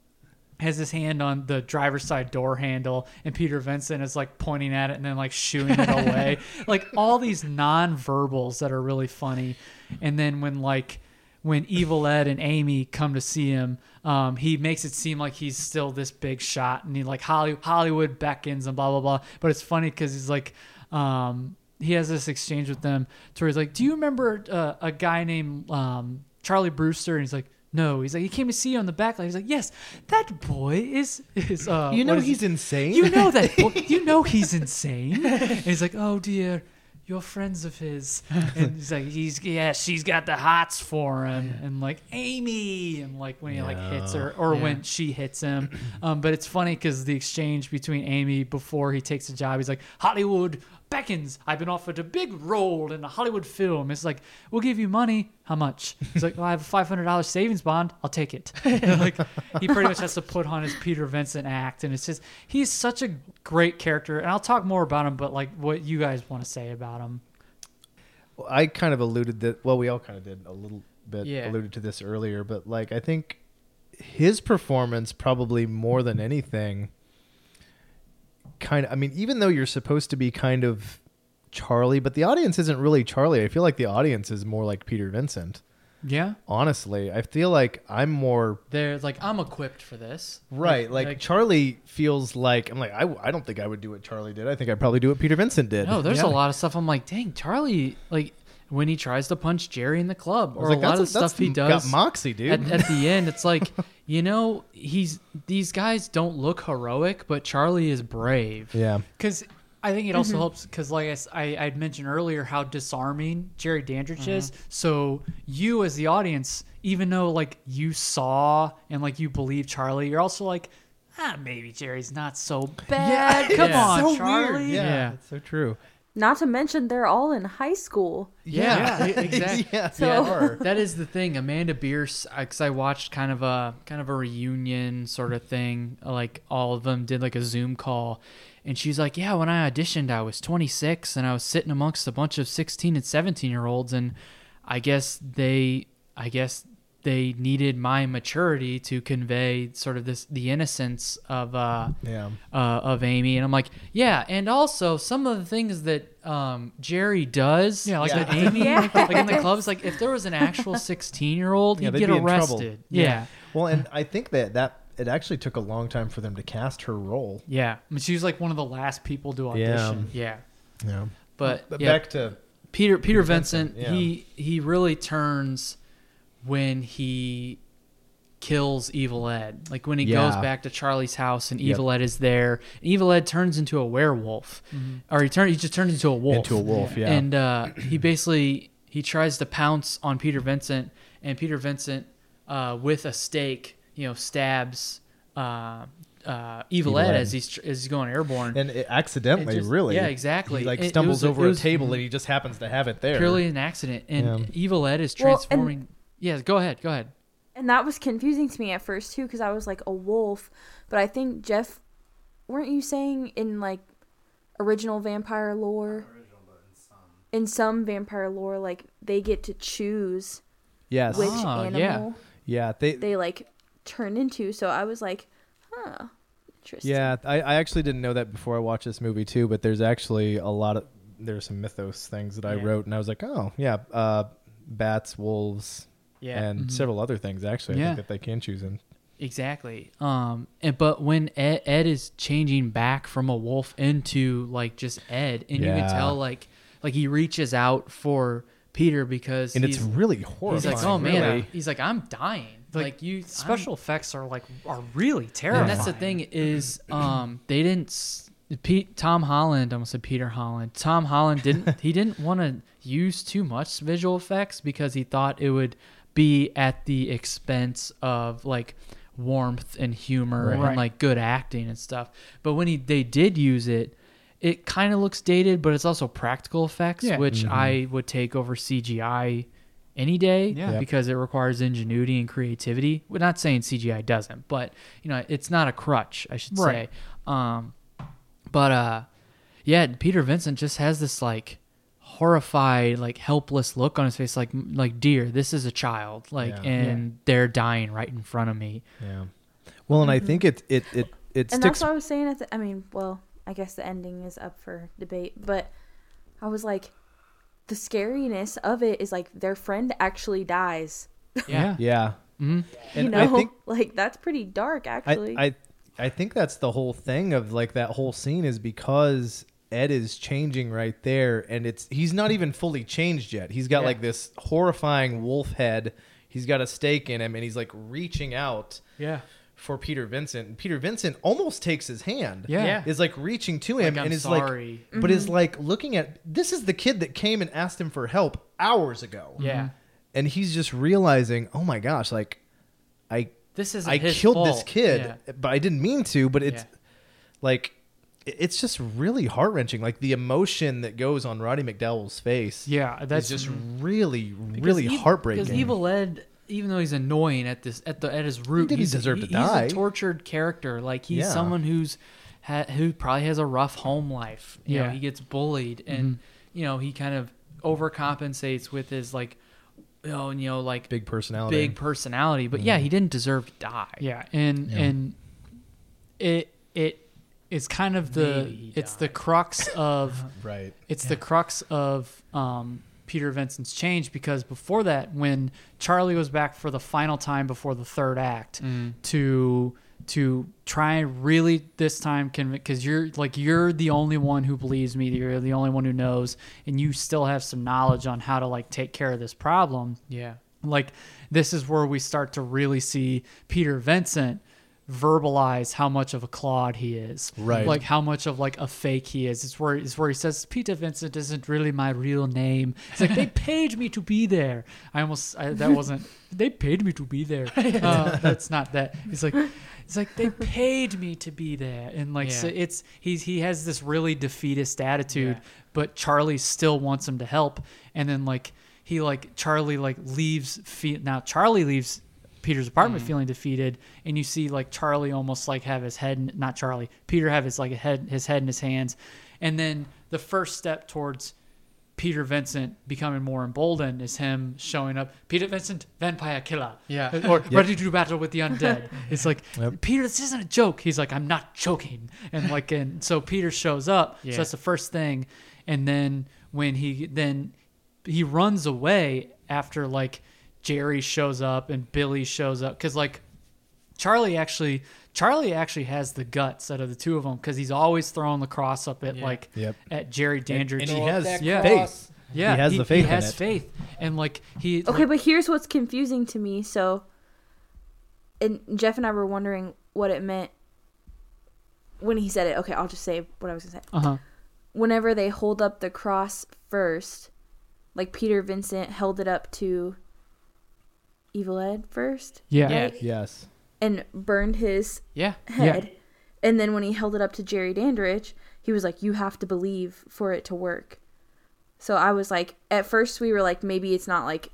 has his hand on the driver's side door handle and Peter Vincent is like pointing at it and then like shooing it away. like all these non-verbals that are really funny. And then when like when Evil Ed and Amy come to see him, um, he makes it seem like he's still this big shot and he like Holly, Hollywood beckons and blah blah blah. But it's funny because he's like um, he has this exchange with them to where he's like, "Do you remember uh, a guy named um, Charlie Brewster?" And he's like, "No." He's like, "He came to see you on the back line." He's like, "Yes, that boy is is uh, You know what is he's it? insane. You know that boy, you know he's insane." And he's like, "Oh dear." You're friends of his, and he's like, he's yeah, she's got the hots for him, and like Amy, and like when he like hits her, or when she hits him. Um, but it's funny because the exchange between Amy before he takes the job, he's like Hollywood beckons. I've been offered a big role in a Hollywood film. It's like, we'll give you money. How much? It's like, well, I have a five hundred dollars savings bond. I'll take it. like, he pretty much has to put on his Peter Vincent act, and it's just he's such a great character. And I'll talk more about him, but like what you guys want to say about him. I kind of alluded that. Well, we all kind of did a little bit Yeah. alluded to this earlier, but like I think his performance probably more than anything. Kind of, I mean, even though you're supposed to be kind of Charlie, but the audience isn't really Charlie. I feel like the audience is more like Peter Vincent. Yeah. Honestly, I feel like I'm more They're like, I'm equipped for this. right. Like, Charlie feels like I'm like I, I don't think I would do what Charlie did. I think I'd probably do what Peter Vincent did. No, there's Yeah. a lot of stuff I'm like, dang, Charlie, like when he tries to punch Jerry in the club, I was or like, a lot of the that's- that's stuff he got does. moxie, dude. At, at the end, it's like, you know, he's these guys don't look heroic, but Charlie is brave. Mm-hmm. yeah. because I think it also helps because, like I, s- I I'd mentioned earlier, how disarming Jerry Dandridge Mm-hmm. is. So you, as the audience, even though like you saw and like you believe Charlie, you're also like, ah, maybe Jerry's not so bad. Come Yeah. on, So weird, Charlie. Yeah, Yeah. it's so true. Not to mention they're all in high school. Yeah, exactly. Yeah, So- they are. That is the thing, Amanda Bierce, because I watched kind of a kind of a reunion sort of thing. Like all of them did like a Zoom call, and she's like, "Yeah, when I auditioned, I was 26, and I was sitting amongst a bunch of 16 and 17 year olds, and I guess they, I guess they needed my maturity to convey sort of this the innocence of uh, Yeah. uh, of Amy, and I'm like, yeah, and also some of the things that um, Jerry does, yeah, like like Yeah. that Amy, Yeah. like in the clubs, like if there was an actual 16 year old, Yeah, he'd they'd get be in trouble. arrested. Yeah. Well, and I think that that it actually took a long time for them to cast her role. I yeah, mean, she was like one of the last people to Yeah. audition. yeah, Yeah. But, But yeah, back to Peter Peter Vincent, Vincent, yeah. he he really turns when he kills Evil Ed. Like when he goes Yeah. back to Charlie's house and Evil Ed is there. Evil Ed turns into a werewolf, or he turn he just turns into a wolf. Mm-hmm. Into a wolf, yeah. And uh, he basically he tries to pounce on Peter Vincent, and Peter Vincent uh, with a stake, you know, stabs. Uh, uh, Evil, Evil Ed, Ed. as he's tr- as he's going airborne, and it accidentally, It just- really. yeah, exactly. He like It- it stumbles was a- over it a was- table and he just happens to have it there. purely an accident. And Yeah. Evil Ed is Well, and- transforming. yeah, go ahead. Go ahead. And that was confusing to me at first too, because I was like a wolf, but I think Jeff, weren't you saying in like original vampire lore? In some vampire lore, like they get to choose yes. which Ah, animal yeah. yeah. They, they like turn into. So I was like, huh, interesting. yeah. I, I actually didn't know that before I watched this movie too, but there's actually a lot of there's some mythos things that I wrote and I was like, oh yeah, uh, bats, wolves, Yeah. Mm-hmm. and several other things actually. I Yeah. think that they can choose in. Exactly. Um. And but when Ed, Ed is changing back from a wolf into like just Ed, and you Yeah. can tell like like he reaches out for Peter because And he's, it's really horrifying. he's like, oh man, really. I- he's like, I'm dying. Like, you I'm- Special effects are like are really terrible. And that's the thing is, um, they didn't. s- Pete, Tom Holland, I almost said Peter Holland. Tom Holland didn't. he didn't want to use too much visual effects because he thought it would be at the expense of like warmth and humor and Right. like good acting and stuff. But when he they did use it, it kind of looks dated, but it's also practical effects, Yeah. which I would take over CGI any day Yeah. Yep. because it requires ingenuity and creativity. We're not saying CGI doesn't, but you know, it's not a crutch, I should Right. say. Um, but uh, yeah, Peter Vincent just has this like horrified, like helpless look on his face, like like dear, this is a child, like, Yeah. and they're dying right in front of me. Yeah. Well, and I think it it it it and sticks. that's what I was saying. At the, I mean, well, I guess the ending is up for debate, but I was like, the scariness of it is like their friend actually dies. Yeah. yeah. Mm-hmm. you And know, I think like that's pretty dark, actually. I, I I think that's the whole thing of like that whole scene is because Ed is changing right there, and it's he's not even fully changed yet. He's got like this horrifying wolf head. He's got a stake in him, and he's like reaching out. Yeah. For Peter Vincent, and Peter Vincent almost takes his hand. Yeah. Yeah. Mm-hmm. is like reaching to him Like, I'm and is sorry. like, but is like looking at this is the kid that came and asked him for help hours ago. Mm-hmm. Yeah. and he's just realizing, oh my gosh, like I This is I killed this kid, but I didn't mean to. But it's Yeah. like it- it's just really heart wrenching. Like the emotion that goes on Roddy McDowell's face. Yeah, that's That's just really, really heartbreaking. Because Evil Ed, even though he's annoying at this at the at his root, didn't he's deserve to he's die. a tortured character. Like he's Yeah. someone who's ha, who probably has a rough home life. You know, Yeah. he gets bullied, and Mm-hmm. you know he kind of overcompensates with his like, oh, you know, like big personality. Mm-hmm. big personality. But yeah, he didn't deserve to die. yeah, and and it it is kind of the Maybe he it's the crux of right. it's the crux of um, Peter Vincent's change because before that, when Charlie goes back for the final time before the third act to to try and really this time convince because you're like you're the only one who believes me, you're the only one who knows, and you still have some knowledge on how to like take care of this problem yeah. like this is where we start to really see Peter Vincent verbalize how much of a clod he is Right. like how much of like a fake he is it's where it's where he says peter vincent isn't really my real name it's like they paid me to be there i almost I, that wasn't they paid me to be there uh, that's not that it's like it's like they paid me to be there and like so Yeah. it's he's he has this really defeatist attitude but charlie still wants him to help and then like he like charlie like leaves fe- now charlie leaves peter's Mm-hmm. apartment feeling defeated and you see like charlie almost like have his head in, not charlie peter have his like head his head in his hands and then the first step towards Peter Vincent becoming more emboldened is him showing up. Peter Vincent, vampire killer. Yeah. Or ready to do battle with the undead. It's like, Yep. Peter, this isn't a joke. He's like, I'm not joking. And like, and so Peter shows up. Yeah. So that's the first thing. And then when he, then he runs away after like Jerry shows up and Billy shows up. Cause like, Charlie actually Charlie actually has the guts out of the two of them because he's always throwing the cross up at like Yep. at Jerry Dandridge. And he has yeah. faith. Yeah, He has the faith He in has it. faith, and like he. Okay, like- but here's what's confusing to me. So, and Jeff and I were wondering what it meant when he said it. Okay, I'll just say what I was gonna say. Uh-huh. Whenever they hold up the cross first, like Peter Vincent held it up to Evil Ed first yeah. Yeah. Yes. and burned his Yeah. head. And then when he held it up to Jerry Dandridge, he was like, You have to believe for it to work. So I was like, At first, we were like, Maybe it's not like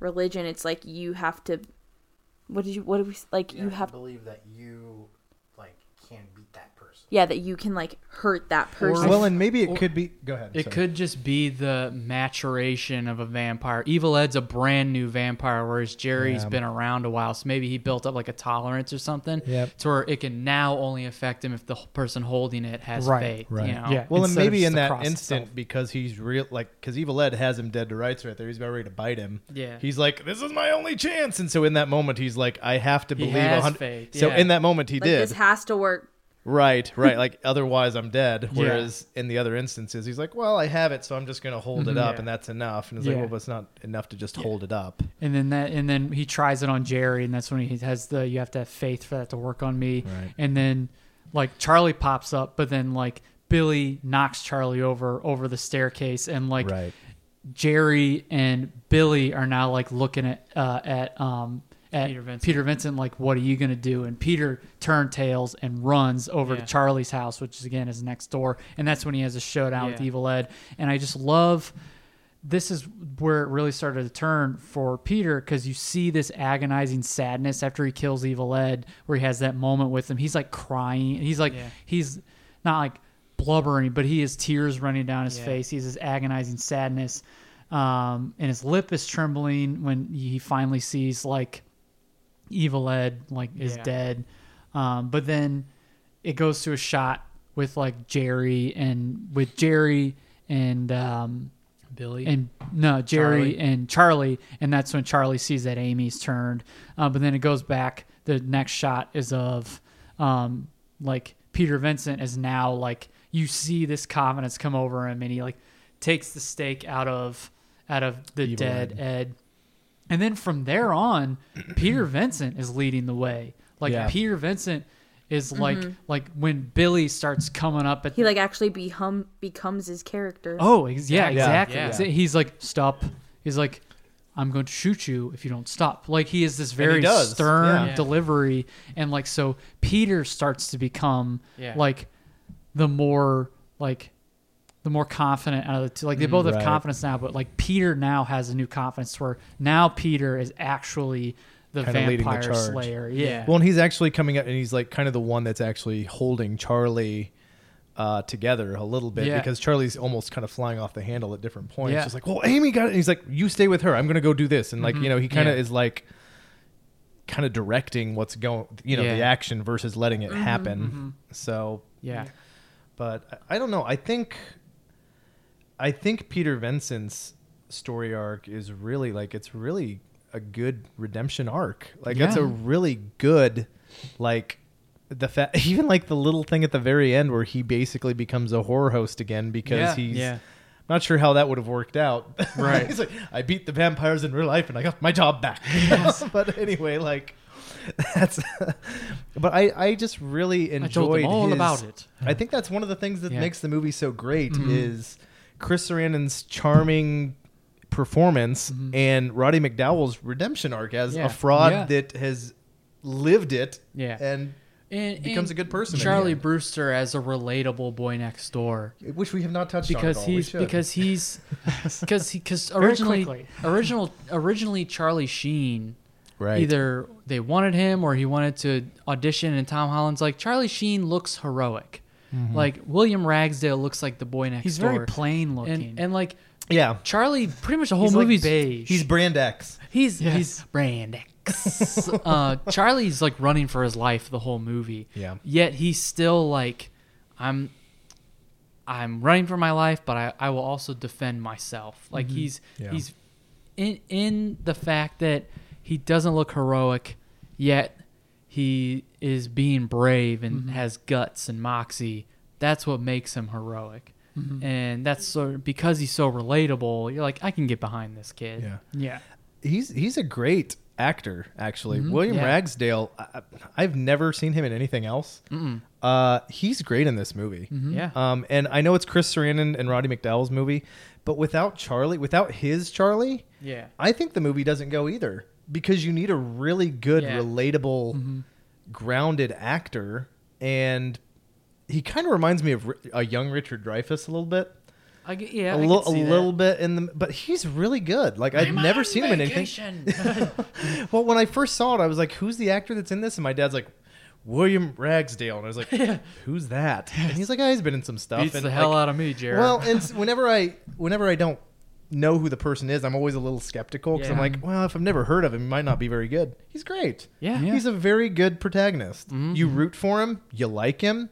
religion. It's like, You have to. What did you. What did we. s- Like, you, have. believe that you like can beat that person. Yeah, that you can like hurt that person. Well, and maybe it could be. Go ahead. It sorry. could just be the maturation of a vampire. Evil Ed's a brand new vampire, whereas Jerry's Yeah. been around a while, so maybe he built up like a tolerance or something. Yep. To where it can now only affect him if the person holding it has Right, faith. Right. You know? Yeah. Well, and instead of maybe just in the that cross instant, itself. because he's real, like, because Evil Ed has him dead to rights right there. He's about ready to bite him. Yeah. He's like, this is my only chance. And so in that moment, he's like, I have to believe. has 100 faith, So yeah. in that moment, he like, did. this has to work. right, right. Like, otherwise, I'm dead. Whereas in the other instances, he's like, well, I have it, so I'm just going to hold it up, and that's enough. And it's Yeah. like, well, but it's not enough to just hold it up. And then that, and then he tries it on Jerry, and that's when he has the you have to have faith for that to work on me. Right. And then like Charlie pops up, but then like Billy knocks Charlie over over the staircase, and like Right. Jerry and Billy are now like looking at uh, at um at Peter Peter Vincent. Vincent. like what are you gonna do? And Peter turn tails and runs over to Yeah. Charlie's house, which is again is next door, and that's when he has a showdown with Yeah. Evil Ed. And I just love this is where it really started to turn for Peter because you see this agonizing sadness after he kills Evil Ed, where he has that moment with him. He's like crying. He's like Yeah. he's not like blubbering, but he has tears running down his face. He has this agonizing sadness, um, and his lip is trembling when he finally sees like Evil Ed like is Yeah. dead. Um, but then it goes to a shot with like Jerry and with Jerry and um, Billy. and no Jerry Charlie. and Charlie, and that's when Charlie sees that Amy's turned. Uh, but then it goes back. The next shot is of um, like Peter Vincent is now like you see this confidence come over him, and he like takes the stake out of out of the Evil dead Ed. And then from there on, Peter Vincent is leading the way. Like Yeah. Peter Vincent is like like when Billy starts coming up at He the, like actually become becomes his character. Oh, ex- Yeah. yeah, exactly. Yeah. So He's like, stop. He's like, I'm going to shoot you if you don't stop. Like he is this very does. stern Yeah. delivery, and like so Peter starts to become Yeah. like the more like the more confident out of the two. Like they both have right. confidence now, but like Peter now has a new confidence where now Peter is actually the Kinda leading the vampire charge. slayer. Yeah. Well, and he's actually coming up, and he's like kind of the one that's actually holding Charlie uh, together a little bit Yeah. because Charlie's almost kind of flying off the handle at different points. Yeah. Mm-hmm. She's like, "Well, Amy got it," and he's like, "You stay with her. I'm gonna go do this." And like, you know, he kind of Yeah. is like, kind of directing what's going, you know, the Yeah. action versus letting Mm-hmm. it happen. So, Yeah. but I, I don't know. I think, I think Peter Vincent's story arc is really like it's really a good redemption arc. Like it's Yeah. a really good, like the fact even like the little thing at the very end where he basically becomes a horror host again because Yeah. he's. Yeah. Not sure how that would have worked out. Right. He's like, I beat the vampires in real life and I got my job back. but anyway, like, that's. but I, I just really I enjoyed told them all his- about it. I think that's one of the things that Yeah. makes the movie so great Mm-hmm. is Chris Sarandon's charming performance and Roddy McDowell's redemption arc as Yeah. a fraud Mm-hmm. Yeah. that has lived it Yeah. and And, Becomes and a good person in the Charlie end. Brewster as a relatable boy next door. which we have not touched on at because all. We he's should. because he's because he because originally quickly. original originally Charlie Sheen Right. either they wanted him or he wanted to audition and Tom Holland's like Charlie Sheen looks heroic Mm-hmm. like William Ragsdale looks like the boy next He's door very plain looking. and and like yeah Charlie pretty much the whole he's like movie's beige. he's brand X. He's he's brand X. uh, Charlie's like running for his life the whole movie. Yeah. Yet he's still like, I'm, I'm running for my life, but I, I will also defend myself. Like he's Mm-hmm. Yeah. he's in in the fact that he doesn't look heroic, yet he is being brave Mm-hmm. and has guts and moxie. That's what makes him heroic. Mm-hmm. And that's sort of because he's so relatable. You're like, I can get behind this kid. Yeah. yeah. He's he's a great actor actually. William Mm-hmm. Yeah. Ragsdale I, I've never seen him in anything else. Uh he's great in this movie. Yeah. Um, and I know it's Chris Sarandon and Roddy McDowell's movie, but without Charlie, without his Charlie, Yeah. I think the movie doesn't go either because you need a really good, Yeah. Mm-hmm. relatable, grounded actor, and he kind of reminds me of Ri- a young Richard Dreyfuss a little bit, I get, yeah, a, I li- could see a that. little bit in the, but he's really good. Like I've never seen him in anything. Well, when I first saw it, I was like, "Who's the actor that's in this?" And my dad's like, "William Ragsdale," and I was like, "Who's that?" And he's like, "Oh, he's been in some stuff." Beats and the hell like, out of me, Jared. Well, and s- whenever I whenever I don't know who the person is, I'm always a little skeptical because I'm Yeah. like, well, if I've never heard of him, he might not be very good. He's great. Yeah. Mm-hmm. he's a very good protagonist. You root for him, you like him.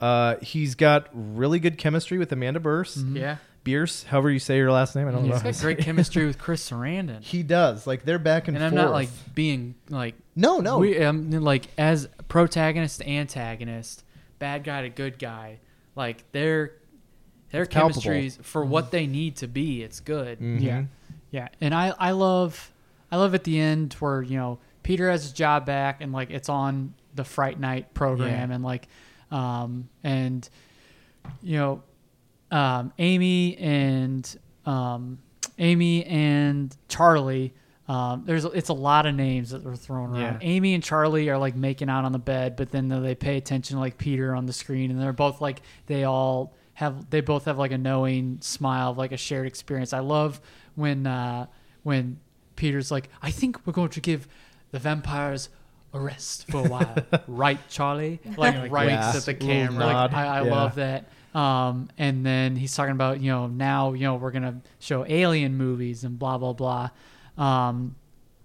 Uh, he's got really good chemistry with Amanda Bierce. yeah, Bierce, however you say your last name, I don't Mm-hmm. he's know. got great chemistry with Chris Sarandon, He does. Like they're back and, and I'm forth. not like being like no, no. we, I'm like as protagonist to antagonist, bad guy to good guy. Like their their palpable. Mm-hmm. chemistries for what they need to be, it's good. Mm-hmm. Yeah. Yeah. And I, I love I love at the end where, you know, Peter has his job back and like it's on the Fright Night program Yeah. and like um and you know um Amy and um Amy and Charlie um, there's it's a lot of names that are thrown around. Yeah. Amy and Charlie are like making out on the bed, but then they pay attention to like Peter on the screen, and they're both like they all have they both have like a knowing smile, of, like a shared experience. I love when uh, when Peter's like, I think we're going to give the vampires a rest for a while, right, Charlie? Like, right winks at the camera. Like, nod. I, I Yeah. love that. Um, and then he's talking about you know now you know we're gonna show alien movies and blah blah blah. Um,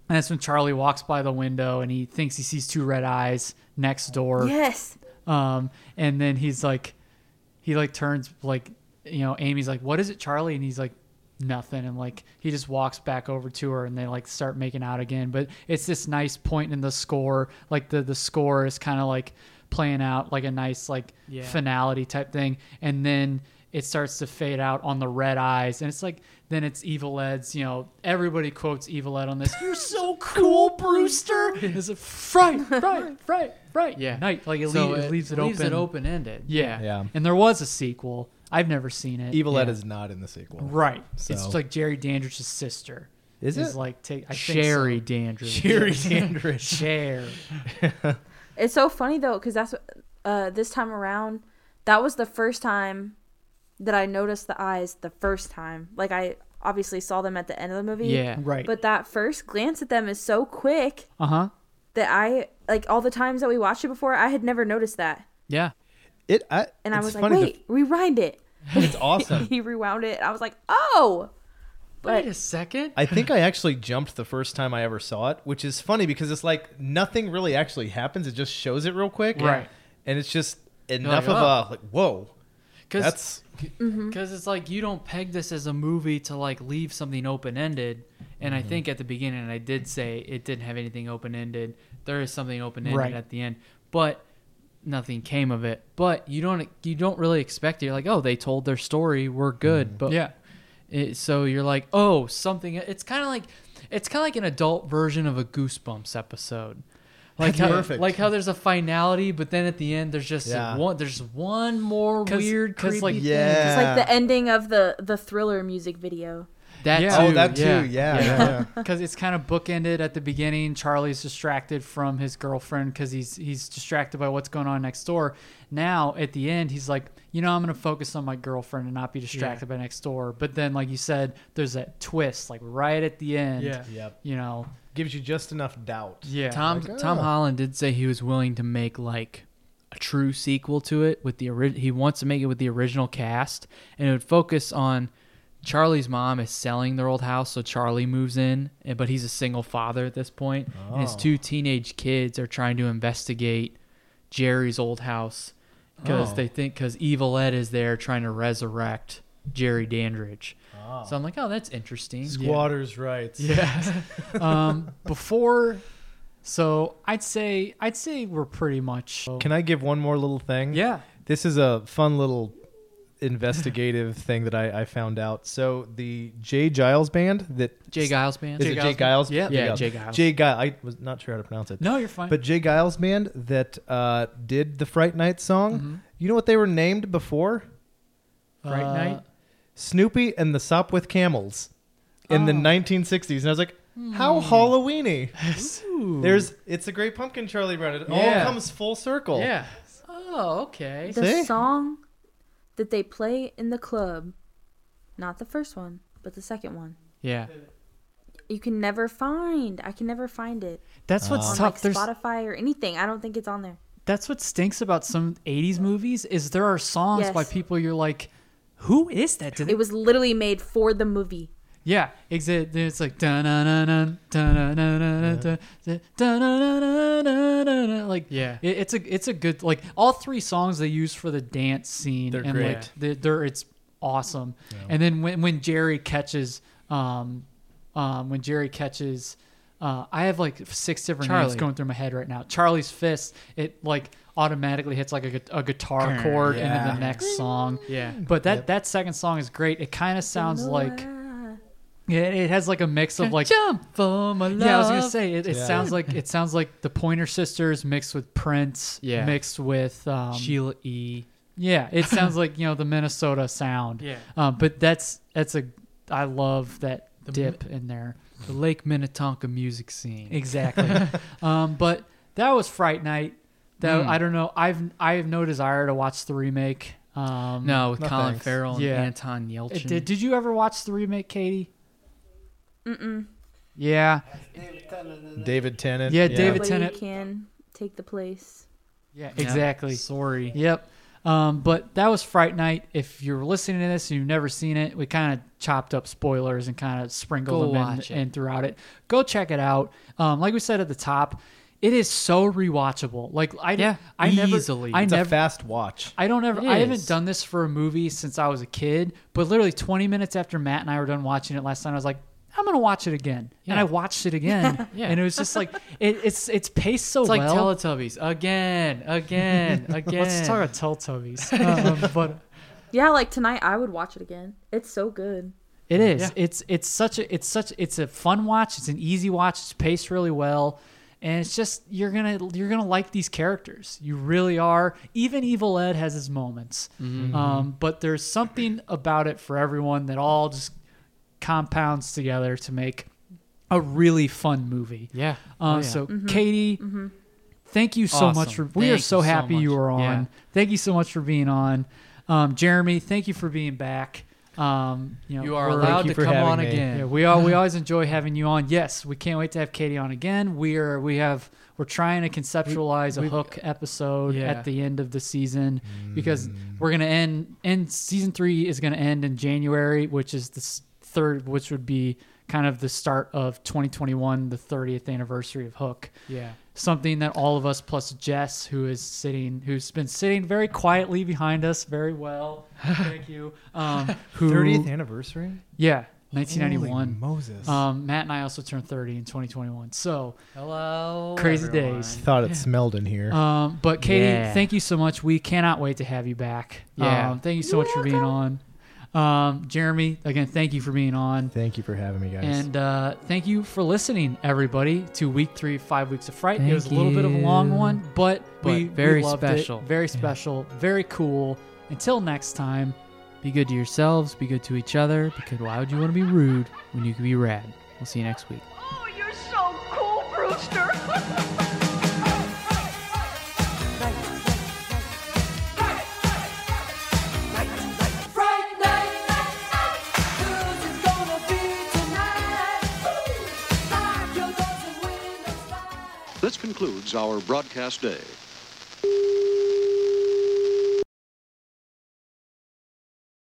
and that's when Charlie walks by the window and he thinks he sees two red eyes next door. Yes. Um, and then he's like, he like turns like, you know, Amy's like, what is it, Charlie? And he's like, nothing. And like, he just walks back over to her and they like start making out again. But it's this nice point in the score. Like the, the score is kind of like playing out like a nice like finality type thing. And then it starts to fade out on the red eyes. And it's like, then it's Evil Ed's, you know, everybody quotes Evil Ed on this. You're so cool, Brewster. It's a fright, fright, fright, fright. Yeah, Night. Like it, So lea- it leaves it open. ended. Yeah. Yeah. And there was a sequel. I've never seen it. Evil Ed Yeah. is not in the sequel. right. So- It's like Jerry Dandridge's sister. Is it? like take I think so. Sherry Dandridge. Jerry Dandridge. Cher. It's so funny though, because that's what, uh, this time around that was the first time that I noticed the eyes the first time. Like I obviously saw them at the end of the movie. Yeah. Right. But that first glance at them is so quick Uh Uh-huh. huh. that I like all the times that we watched it before, I had never noticed that. Yeah. It I, And I it's was like, funny to- wait, rewind it. it's awesome. He rewound it. I was like, oh, Wait a second. I think I actually jumped the first time I ever saw it, which is funny because it's like nothing really actually happens. It just shows it real quick. Right. And it's just enough like, of a like, whoa. Cause, That's Mm-hmm. Because it's like you don't peg this as a movie to like leave something open ended. And Mm-hmm. I think at the beginning I did say it didn't have anything open ended. There is something open ended Right. at the end, but nothing came of it. But you don't you don't really expect it. You're like, oh, they told their story. We're good. But Mm-hmm. Yeah. it, so you're like, oh, something. It's kind of like it's kind of like an adult version of a Goosebumps episode. Like how, Perfect. like how there's a finality, but then at the end there's just Yeah. one there's one more 'Cause- weird 'cause, creepy like, thing. yeah. it's like the ending of the the thriller music video. That Yeah. too. oh, that too. Yeah. Yeah. yeah. because it's kind of bookended at the beginning. Charlie's distracted from his girlfriend because he's he's distracted by what's going on next door. Now at the end, he's like, you know, I'm gonna focus on my girlfriend and not be distracted by next door. But then, like you said, there's that twist, like right at the end. Yeah. Yep. You know. Gives you just enough doubt. Yeah. Tom Like, Tom oh. Holland did say he was willing to make like a true sequel to it with the ori- he wants to make it with the original cast and it would focus on Charlie's mom is selling their old house so Charlie moves in and- but he's a single father at this point and his two teenage kids are trying to investigate Jerry's old house because they think because Evil Ed is there trying to resurrect Jerry Dandridge. So I'm like, oh, that's interesting. Squatters' rights. Yeah. um, before, so I'd say I'd say we're pretty much. Can I give one more little thing? Yeah. This is a fun little investigative thing that I, I found out. So the Jay Giles band that Jay Giles band. Is it Jay Giles? Yeah. Yeah, Jay Giles. Jay Giles. I was not sure how to pronounce it. No, you're fine. But Jay Giles band that uh, did the Fright Night song. Mm-hmm. You know what they were named before? Fright Uh, Night. Snoopy and the Sopwith Camels in Oh. the 1960s. And I was like, Hmm. how Halloweeny. There's it's a great pumpkin, Charlie Brown. It Yeah. all comes full circle. Yeah. Oh, okay. The See? song that they play in the club, not the first one, but the second one. Yeah. You can never find. I can never find it That's Uh, what's on tough. like There's Spotify or anything. I don't think it's on there. that's what stinks about some 80s movies is there are songs Yes. by people you're like who is that Did they- It was literally made for the movie. yeah exit it's like dun dun dun dun dun dun dun dun like Yeah. it, it's a it's a good like all three songs they use for the dance scene They're and like great. they, they're it's awesome and then when when jerry catches um um when jerry catches uh, I have like six different names Charlie. going through my head right now. Charlie's fist, it like automatically hits like a, gu- a guitar chord and into the next song. Yeah. But that that second song is great. It kind of sounds like it, it has like a mix of like Jump for my love. yeah, I was gonna say it, it sounds like it sounds like the Pointer Sisters mixed with Prince, Yeah. mixed with um, Sheila E. yeah, it sounds like you know the Minnesota sound, Yeah. Um, but that's that's a I love that dip in there. The Lake Minnetonka music scene. Exactly. um, but that was Fright Night. That Hmm. I don't know. I've I have no desire to watch the remake. Um, No, with No, Colin thanks. Farrell and Yeah. Anton Yelchin. It, did, did you ever watch the remake, Katie? Mm. mm Yeah. David Tennant. Yeah, David- Nobody Tennant- can take the place. Yeah. Yeah. Exactly. Sorry. Yep. Um, but that was Fright Night. If you're listening to this and you've never seen it, we kind of chopped up spoilers and kind of Go sprinkled them watch it. in, in throughout it. Go check it out. Um, like we said at the top, it is so rewatchable. Like I, Yeah, I never, easily. I It's a never, fast watch. I don't ever. It I is. haven't done this for a movie since I was a kid. But literally 20 minutes after Matt and I were done watching it last night, I was like, I'm gonna watch it again, and Yeah. I watched it again, Yeah. and it was just like it, it's it's paced so It's like well. Teletubbies again, again, again. Let's talk about Teletubbies. um, but Yeah, like tonight I would watch it again. It's so good. it is. It's it's such a it's such it's a fun watch. It's an easy watch. It's paced really well, and it's just you're gonna you're gonna like these characters. You really are. Even Evil Ed has his moments, Mm-hmm. um, but there's something about it for everyone that all just compounds together to make a really fun movie. Oh, Yeah. Um, So Katie, thank you so much for. Awesome. We are Thank so you so happy you much. were on. Yeah. Thank you so much for being on, um, Jeremy. Thank you for being back. Um, you, know, You are we're- allowed Thank to you for come having on me. again. yeah, we all we always enjoy having you on. Yes, we can't wait to have Katie on again. We are we have we're trying to conceptualize a hook episode Yeah. Mm. at the end of the season because we're gonna end end season three is gonna end in January, which is the s- third, which would be kind of the start of 2021, the 30th anniversary of Hook. Yeah. Something that all of us plus Jess, who is sitting, who's been sitting very quietly behind us, very well. Thank you. Um, who, 30th anniversary. yeah, 1991. Holy Moses. Um, Matt and I also turned 30 in 2021. So Hello. crazy everyone. days. Thought it smelled in here. Um, but Katie, Yeah. thank you so much. We cannot wait to have you back. Yeah. Um, thank you so much for being on. Um, Jeremy, again, thank you for being on. Thank you for having me, guys. And uh, thank you for listening, everybody, to week three, of five weeks of fright. it Thank was a little bit of a long you. one, but, But we we very loved it. special. very special, very cool. Until next time, Be good to yourselves. Be good to each other. Because why would you want to be rude when you can be rad? We'll see you next week. Oh, you're so cool, Brewster. This concludes our broadcast day.